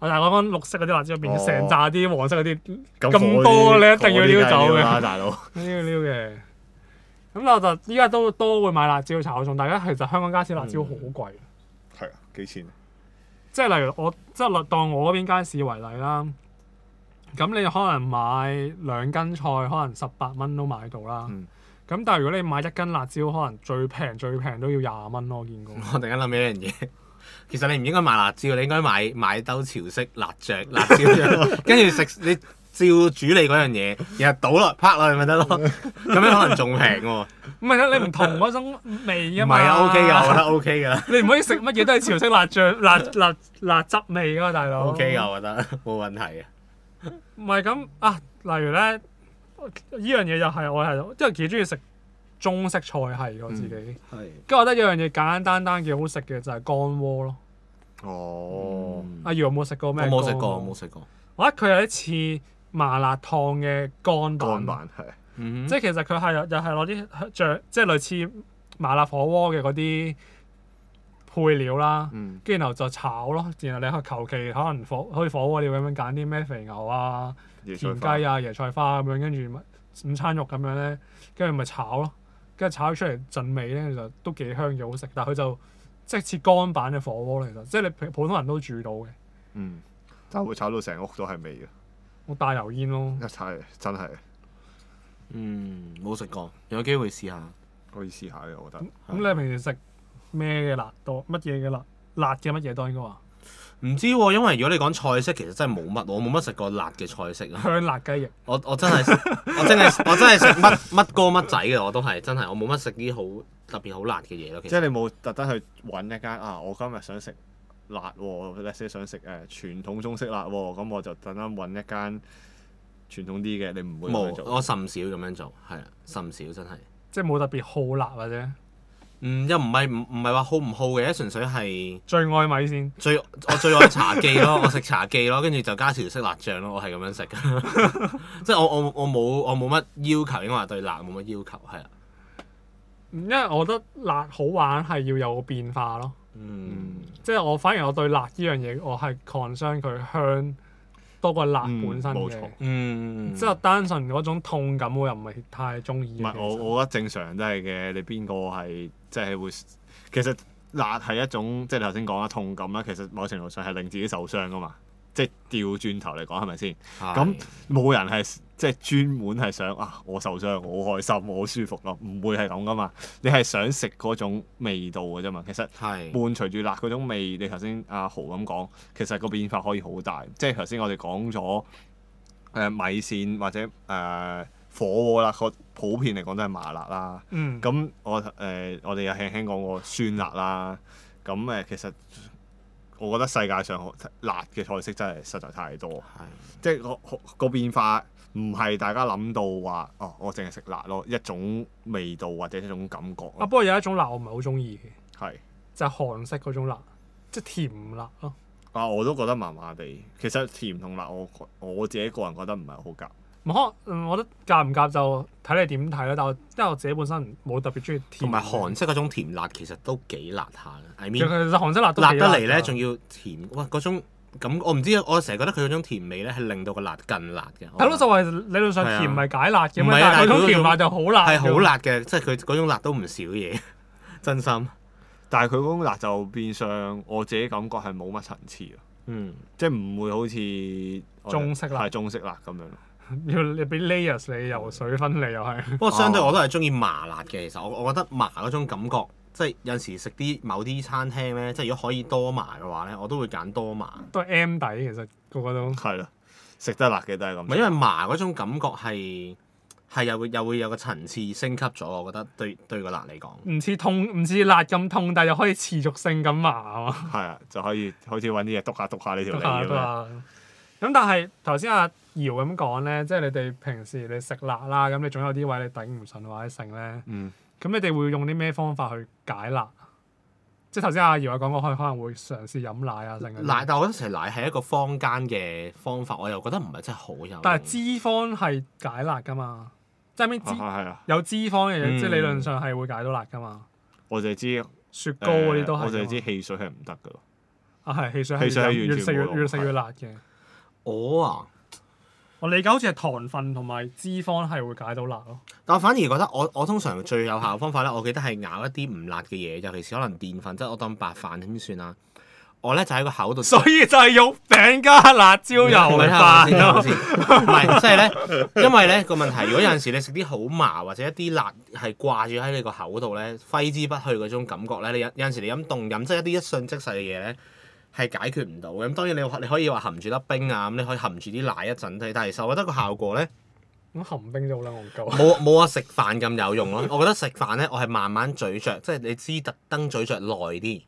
我但係講緊綠色嗰啲辣椒入邊，
哦
成扎啲黃色嗰啲咁
火
多
啲
你一定要撩走嘅
火啲梗係要啦，大佬。
撩撩嘅。咁我就依家都都會買辣椒炒餸，大家其實香港街市辣椒好貴。
係啊，幾錢？
即係例如我即係當我嗰邊街市為例啦，咁你可能買兩斤菜，可能十八蚊都買到啦。咁、
嗯
但係如果你買一斤辣椒，可能最平最平都要廿蚊咯，我 見過。
我突然間諗起一樣嘢， 其實你唔應該買辣椒，你應該買買兜潮式辣醬辣椒 醬，跟住食你照煮你嗰樣嘢，然後倒落拍落去咪得 咯，咁樣可能仲平喎。
唔係啊，你唔同嗰種味
唔
啊
係
嘛。
啊，OK 㗎，我覺得 OK 㗎
你唔可以食乜嘢都係潮式辣醬、辣辣辣汁味噶嘛，大佬。
，OK 㗎，我覺得冇問題嘅。啊
唔係咁啊，例如咧，依樣嘢又係我係，因為幾中意食中式菜係我自己。
係
跟住、我覺得有樣嘢簡簡單單幾好食嘅就係乾鍋咯。
哦，
阿如有冇食過
我
嗯咩？
冇食過，我冇。食過。
我覺得佢有一次麻辣燙嘅乾蛋，
乾板係
嗯
即係其實佢係又係攞啲醬，即係類似麻辣火鍋嘅嗰啲配料啦。
嗯
跟住然後就炒咯，然後你可求其可能火好似火鍋料咁樣揀啲咩肥牛啊、
椰
田
菜
雞
花
啊、椰菜花咁樣，跟住咪午餐肉咁樣咧，跟住咪炒咯，跟住炒出嚟陣味咧就都幾香幾好食，但係佢就即係似乾版嘅火鍋嚟，其實即係你普普通人都煮到嘅，
嗯，但會炒到成屋都係味嘅，
我大油煙咯。
一炒嚟真係
嗯，冇食過，有機會試下。
可以試下嘅，我覺得。
咁你平時食咩嘅辣多？乜嘢嘅辣？辣嘅乜嘢多應該話
唔知喎，因為如果你講菜式，其實真係冇乜，我冇乜食過辣嘅菜式啊。
香辣雞翼。
我我真係我真係我真係食乜乜哥乜仔嘅，我都係真係我冇乜食啲好特別好辣嘅嘢咯。其
即係你
實
冇特登去揾一間啊，我今日想食辣喎，或者想食誒、傳統中式辣喎，咁我就特登揾一間傳統啲嘅，你唔會咁樣
冇，
做。
我甚少咁樣做，係啊，甚少真係。
即係冇特別好辣或者
嗯，又唔係唔唔係話好唔好嘅，純粹係
最愛米線，
最我最愛茶記咯，我食茶記咯，跟住就加潮式辣醬咯，我係咁樣食嘅。 即係我我我冇我冇乜要求，應該話對辣冇乜要求，係啊。
因為我覺得辣好玩係要有個變化咯。
嗯，
即係我反而我對辣呢樣嘢，我係 concern 佢香多過辣本身
嗯冇
嘅
錯，
嗯，
即係單純嗰種痛感我又唔係太中意
唔
嘅。
係我，我覺得正常真係嘅。你邊個係即係會？其實辣係一種即係你頭先講啦，痛感啦，其實某程度上係令自己受傷噶嘛。即係調轉頭嚟講係咪先？
係
咁冇人係即係專門係想啊，我受傷，我好開心，我好舒服咯，唔會係咁噶嘛。你係想食嗰種味道嘅啫嘛。其實
係
伴隨住辣嗰種味，你頭先阿豪咁講，其實個變化可以好大。即係頭先我哋講咗誒米線或者誒、呃火鍋啦，個普遍嚟講都係麻辣啦。
嗯，
咁我誒、呃我哋又輕輕講過酸辣啦。咁誒、呃其實我覺得世界上辣嘅菜式真係實在太多。
係
即係個個變化唔係大家諗到話哦，我淨係食辣咯，一種味道或者一種感覺
啊不
咯，
過有一種辣我唔係好中意嘅，
係
就係韓式嗰種辣，即係甜辣咯。
啊我都覺得麻麻地。其實甜同辣我我自己個人覺得唔係好夾，
唔可，嗯我覺得夾唔夾就睇你點睇啦。但我因為我自己本身冇特別中意甜，
同埋韓式嗰種甜辣其實都幾辣下嘅，I
其
mean
實韓式辣都
辣
幾
得嚟
㗎
咧，仲要甜，哇嗰種咁我唔知，我成日覺得佢嗰種甜味咧係令到個辣更辣嘅。
大佬就話理論上
係啊
甜唔係解辣嘅
唔
咩？
係啊
但係嗰
但係佢嗰
種甜
種
辣就好辣，
係好。辣嘅，即係佢嗰種辣都唔少嘢，真心。
但係佢嗰種辣就變相我自己感覺係冇乜層次咯，
嗯，
即係唔會好似我哋
中式辣
係中式辣咁樣咯。
要你俾 layers 你又水分你又係。
不過相對我都係中意麻辣嘅，其實我我覺得麻嗰種感覺，即係有陣時食啲某啲餐廳咧，即係如果可以多麻嘅話咧，我都會揀多麻。
都係 M 底，其實個個都
係啦，食得辣嘅都係
唔
咁。
係因為麻嗰種感覺係係又會又會有個層次升級咗，我覺得對對個辣嚟講。
唔似痛，唔似辣咁痛，但係又可以持續性咁麻啊嘛，
係啊，就可以開始揾啲嘢篤下篤下呢條
都
脷
下
咁
都
樣。
下。咁但係頭先阿瑤咁講咧，即係你哋平時你食辣啦，咁你總有啲位你頂唔順或者剩咧，
嗯，
咁你哋會用啲咩方法去解辣？即係頭先阿瑤有講過，可可能會嘗試飲奶啊，剩嗰啲
奶，，但我覺得其實奶係一個坊間嘅方法，我又覺得唔係真係好有用。
但係脂肪係解辣噶嘛，即係咩脂
係係啊，
有脂肪嘅嘢，即係
嗯
理論上係會解到辣噶嘛。
我就係知
雪糕
高
嗰啲都係㗎嘛，
我就係知汽水係唔得噶咯。
啊係汽水係
汽水係
越飲越
完全
食越
冇
越食越
係
辣嘅。
我啊，
我理解好似係糖分同埋脂肪係會解到辣咯。
但我反而覺得我我通常最有效嘅方法咧，我記得係咬一啲唔辣嘅嘢，尤其是可能澱粉，即係我當白飯咁算啦。我咧就喺個口度，
以就係肉餅加辣椒
你睇下我先我先唔係，即係咧，因為咧個問題，如果有陣時你食啲好麻或者一啲辣係掛住喺你個口度咧，揮之不去嗰種感覺咧，你有有陣時你飲凍飲，即係一啲一瞬即逝嘅嘢咧，係解決唔到嘅。咁當然你你可以話含住粒冰啊，咁你可以含住啲奶一陣，但係其實我覺得個效果咧。
咁含冰就好啦，我唔夠。
冇冇我啊食飯咁有用咯。我覺得食飯咧，我係慢慢咀嚼，即係你知特登咀嚼耐啲。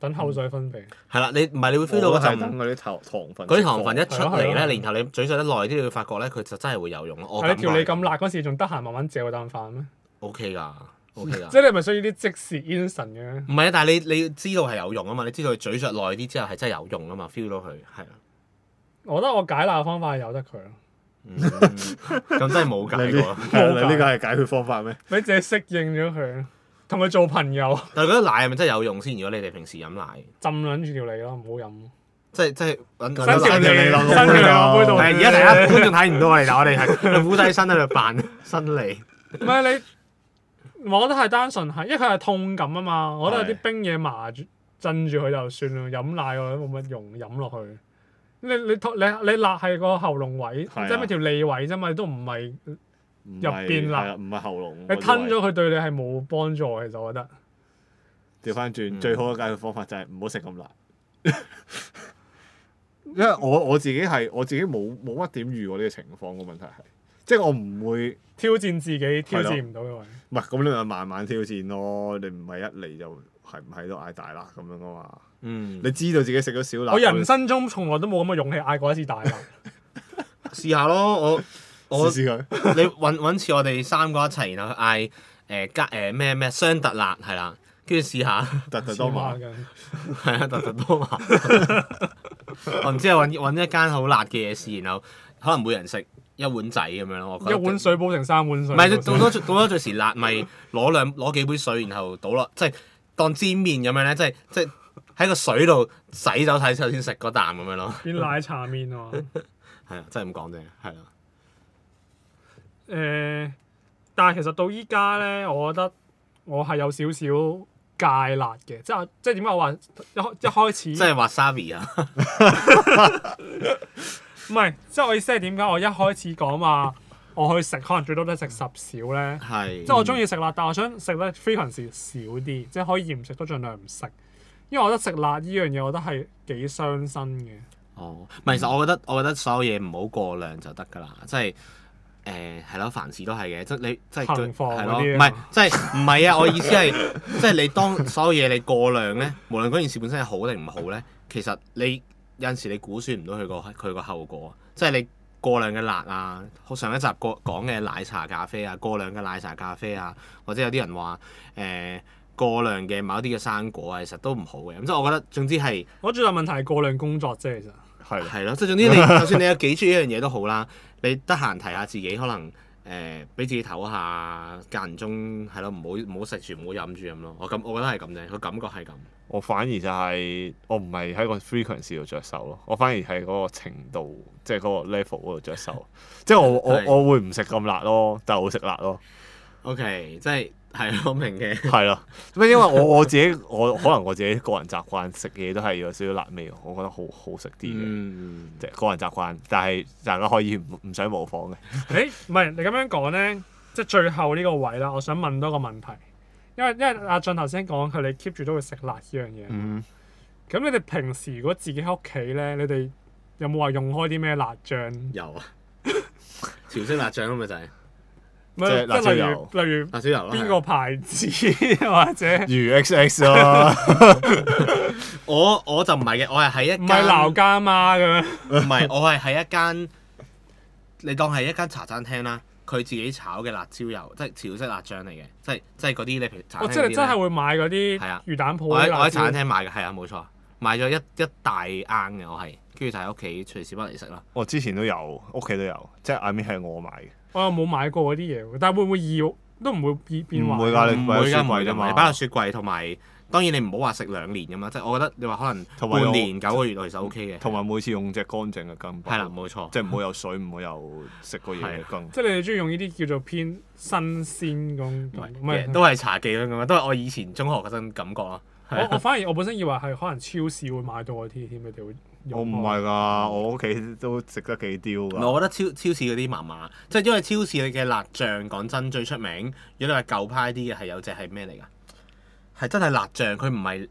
等口水分
嗯
泌。
係啦，你唔係你會 feel 到
我
嗰
都係等
陣
嗰啲糖糖分。
嗰啲糖分一出
係咯係
嚟
咯
咧，然後你咀嚼得耐啲，你會發覺咧佢就真係會有用咯。我
係
感
你叫你
覺
咁辣嗰時，仲得閒慢慢嚼嗰啖飯咩？
O K 㗎，O K
即
㗎。
係你係咪需要啲即時 instant 嘅？
唔係啊，但係你你知道係有用啊嘛，你知道佢咀嚼耐啲之後係真係有用啊嘛，feel 到佢係啊。
我覺得我解辣嘅方法係由得佢咯，
嗯咁真係冇
你
解
呢
過。
係啊你呢個係解決方法咩？
你自己適應咗佢，同佢做朋友，
但係覺得奶係咪真係有用先？如果你哋平時飲奶，
浸撚住條脷咯，唔好飲。
即係即係揾
條
伸條
脷
脷落
伸條脷落杯度
度。
係而家大家觀眾睇唔到我哋，但我哋係俯低身喺度扮新嚟。
唔係你，我覺得係單純係，因為佢係痛感啊嘛。我覺得有啲
係
冰嘢麻住震住佢就算啦，飲奶我覺得冇乜用，飲落去。你你痛你你辣係個喉嚨位，
係啊
即係咩條脷位啫嘛，都唔係
入
入邊啦
唔係喉嚨。
你吞咗佢對你係冇幫助嘅，其實我覺得。
調翻轉，
嗯
最好嘅解決方法就係唔好食咁 辣。因為我我自己係我自己冇冇乜點遇過呢個情況，個問題係，即係我唔會
挑戰自己挑
係咯
戰唔到嘅位，
唔係咁，你咪慢慢挑戰咯。你唔係一嚟就係唔喺度嗌大辣咁樣噶嘛。
嗯，
你知道自己食咗少辣，
我人生中從來都冇咁嘅勇氣嗌過一次大辣。
試下咯，我我
試試 佢。
你 揾揾次我哋三個一齊，然後嗌誒加誒咩咩雙特辣係啦，跟住試下
特特多麻
黐，孖筋
係啊特特多麻， 我唔知係揾揾一間好辣嘅嘢試，然後可能每人食一碗仔咁樣咯，我覺
一
得
碗水補成三碗水。
唔係到多到多最時辣，咪攞兩攞幾杯水，然後倒落即係當煎面咁樣咧，即係即係喺個水度洗走晒之後先食嗰啖咁樣咯，
變奶茶面啊嘛！
係啊，真係咁講啫，係啊，
誒、但係其實到依家咧，我覺得我係有少少戒辣嘅，即係即係點解我話一開一開始
即係 wasabi 啊，
唔係，即係我意思係點解我一開始講 話我去食可能最多都係食十少咧，
係
即係我中意食辣，但我想食咧 frequency 少啲，即係可以唔食都盡量唔食，因為我覺得食辣呢樣嘢，我覺得係幾傷身嘅。
哦，唔係，
嗯
其實我覺得我覺得所有嘢唔好過量就得㗎啦，即係誒係咯，凡事都係嘅，即係你即係佢
行房
係
嗰
咯，
啲啊
唔係即係唔係啊！我意思係 即係你當所有嘢你過量咧，無論嗰件事本身係好定唔好咧，其實你有陣時你估算唔到佢個佢個後果，即係你過量嘅辣啊，好上一集過講嘅奶茶咖啡啊，過量嘅奶茶咖啡啊，或者有啲人話誒、呃、過量嘅某一啲嘅生果啊，其實都唔好嘅，咁即係我覺得總之係。
我最大問題係過量工作啫， 其實
係啦，
係咯，即係 總之你就算你有幾中意一樣嘢都好啦，你得閒提下自己，可能誒俾、自己唞下，間唔中係咯，唔好唔好食住，唔好飲住咁咯。我咁我覺得係咁啫，個感覺係咁。
我反而就係我唔係喺個 frequency 度着手咯，我反而係嗰個程度， 即係嗰個 level 嗰度着手。即係我我
係
我會唔食咁辣咯，但係我會食辣咯。
OK，即係係我明嘅。
係啦，咩？ 因為 我我自己我可能我自己個人習慣食嘢都係有少少辣味，我覺得好好食啲嘅，
嗯，
即係個人習慣。但係大家可以唔唔使模 仿嘅。
誒，唔係你咁樣講咧，即係最後呢個位啦，我想問多個問題，因為因為阿俊頭先講佢哋 keep 住都會食辣呢樣嘢，
嗯，
咁、你哋平時如果自己喺屋企咧，你哋有冇話用開啲咩辣醬？
有啊，潮式辣醬咁咪就係
即
係辣椒
例
油
如例如
辣椒油啦。
邊
係
個
啊
牌 子或者
如 X X 咯，
我我就唔係嘅，我係喺一
唔
間
係鬧家媽咁樣？
唔係，我係喺一間，你當係一間茶餐廳啦。佢自己炒嘅辣椒油，即係潮式辣醬嚟嘅，即係即係嗰啲你平茶
我哦即係
餐廳嗰啲
你真
呢
係會買嗰啲
係啊
魚蛋鋪
我
嗰啲
喺我
辣
喺茶
椒。
餐廳買嘅，係啊，冇錯，買咗一一大盎嘅，我係，跟住就喺屋企隨時不嚟食啦。
我之前都有，屋企都有，即係 I mean 係我買嘅。
我又冇買過嗰啲嘢喎，但係會唔會要都唔會變變壞？
唔會㗎你
啊唔
擺喺
會
雪
㗎，唔
櫃
會
啫
㗎，
嘛
你擺落雪櫃，同埋當然你唔好話食兩年咁啦，啊即係我覺得你話可能
同埋我
半年九個月其實 O K 嘅。
同埋每次用隻乾淨嘅羹，
係啦，，冇錯，
即係唔好有水，唔好有食過嘢嘅羹。
即係你哋中意用呢啲叫做偏新鮮咁，唔
係
係
都係茶記咁樣，都係我以前中學嗰陣感覺咯。係
我我
啊
反而我本身以為係可能超市會買到嗰啲添，你哋會用
我唔係㗎，我屋企都食得幾刁
唔係我
㗎。
覺得超超市嗰啲麻麻，即係因為超市嘅辣醬講真最出名。如果你話舊派啲嘅係有隻係咩嚟㗎？係真係辣醬，佢唔係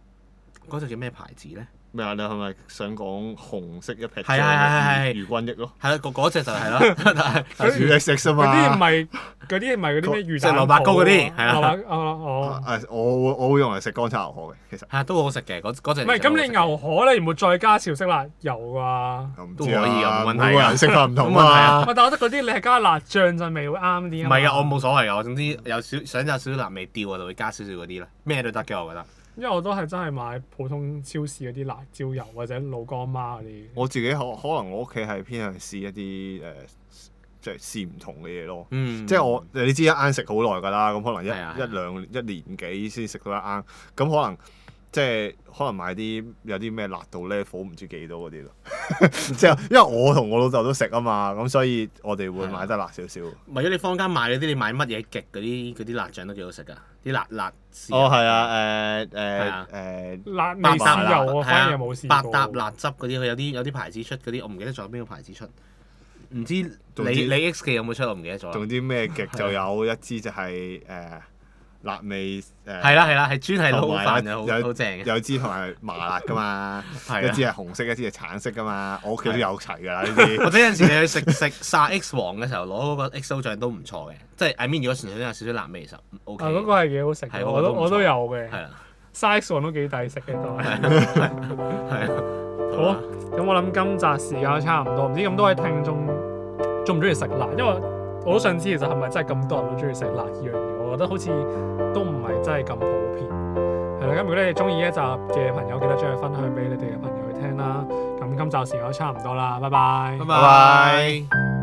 嗰隻叫咩牌子咧？
咩啊？你係咪想講紅色一撇
係係係係
魚軍益咯？
係啦，啊嗰嗰隻就 係啦，但係
佢
魚 X X 啊
嗰啲唔
嘛。
係嗰啲唔係嗰啲咩魚蛋
即係蘿蔔糕嗰啲
係
係啊
啊，蘿蔔哦哦。
誒，我會我會用嚟食乾炒牛河嘅，其實
係啊都好食嘅，嗰嗰隻
唔
其實
係咁，你
好
牛河咧，你唔會再加潮式辣油啩？
我唔
都
知
可以
啊
㗎冇問題
每個人
㗎
食法唔同
冇問題啊
啊嘛。
喂，但我覺得嗰啲你係加辣醬就味會啱
食
啲
嘅。
啊
唔
嘛
係嘅，我冇所謂嘅，我總之有少想有少少辣味調，我就會加少少嗰啲啦，咩都得嘅，我覺得。
因為我都係真係買普通超市嗰啲辣椒油或者老乾媽嗰啲。
我自己可可能我屋企係偏向試一啲誒，即係試唔同嘅嘢咯。
嗯，
即係我你知一罌食好耐㗎啦，咁可能一
係啊係
一
啊
兩一年幾先食到一罌，咁可能即係可能買啲有啲咩辣度 level 唔知幾多嗰啲咯。 之後因為我同我老豆都食啊嘛，咁所以我哋
啊
會買得辣少少。
唔係如果你坊間買嗰啲，你買乜嘢極嗰啲嗰啲辣醬都幾好食㗎，啲辣辣豉
哦，
油
係啊，誒
係
誒
啊
誒，
辣味
百搭
豉
辣
油啊，
係
反
啊
而冇試
百
過。
搭辣汁嗰啲，佢有啲有啲牌子出嗰啲，我唔記得仲有邊個牌子出。唔知
總
你
之
你 X 嘅有冇出？我唔記得咗啦。
總之咩極就有一支就係誒辣味
係
誒，
啦係啦，係專係
同
撈
埋
飯
有
嘅，好好正嘅。
有支同埋麻辣㗎嘛，
係
一
啊
支係紅色，一支係橙色㗎嘛，我屋企都有齊㗎啦呢啲。
或者有陣時你去食食 沙 X 王嘅時候，攞嗰個 XO 醬都唔錯嘅，即係 I mean 如果純粹有少少辣味其實 O
啊，
K。
嗰個係幾好食
係
嘅，
嗰個
我都
都唔錯
我都有
係
嘅。
啦，
size one 都幾抵食嘅都係。啊
係啊，
好啊，咁我諗今集時間都差唔多，唔知咁多位聽眾中唔中意食辣？因為我都想知其實係咪真係咁多人都中意食辣呢樣嘢？我覺得好似都唔係真係咁普遍。係啦，咁如果你哋中意呢一集嘅朋友，記得將佢分啊享俾你哋嘅朋友去聽啦。咁今集時間都差唔多啦，拜拜
拜
拜
拜。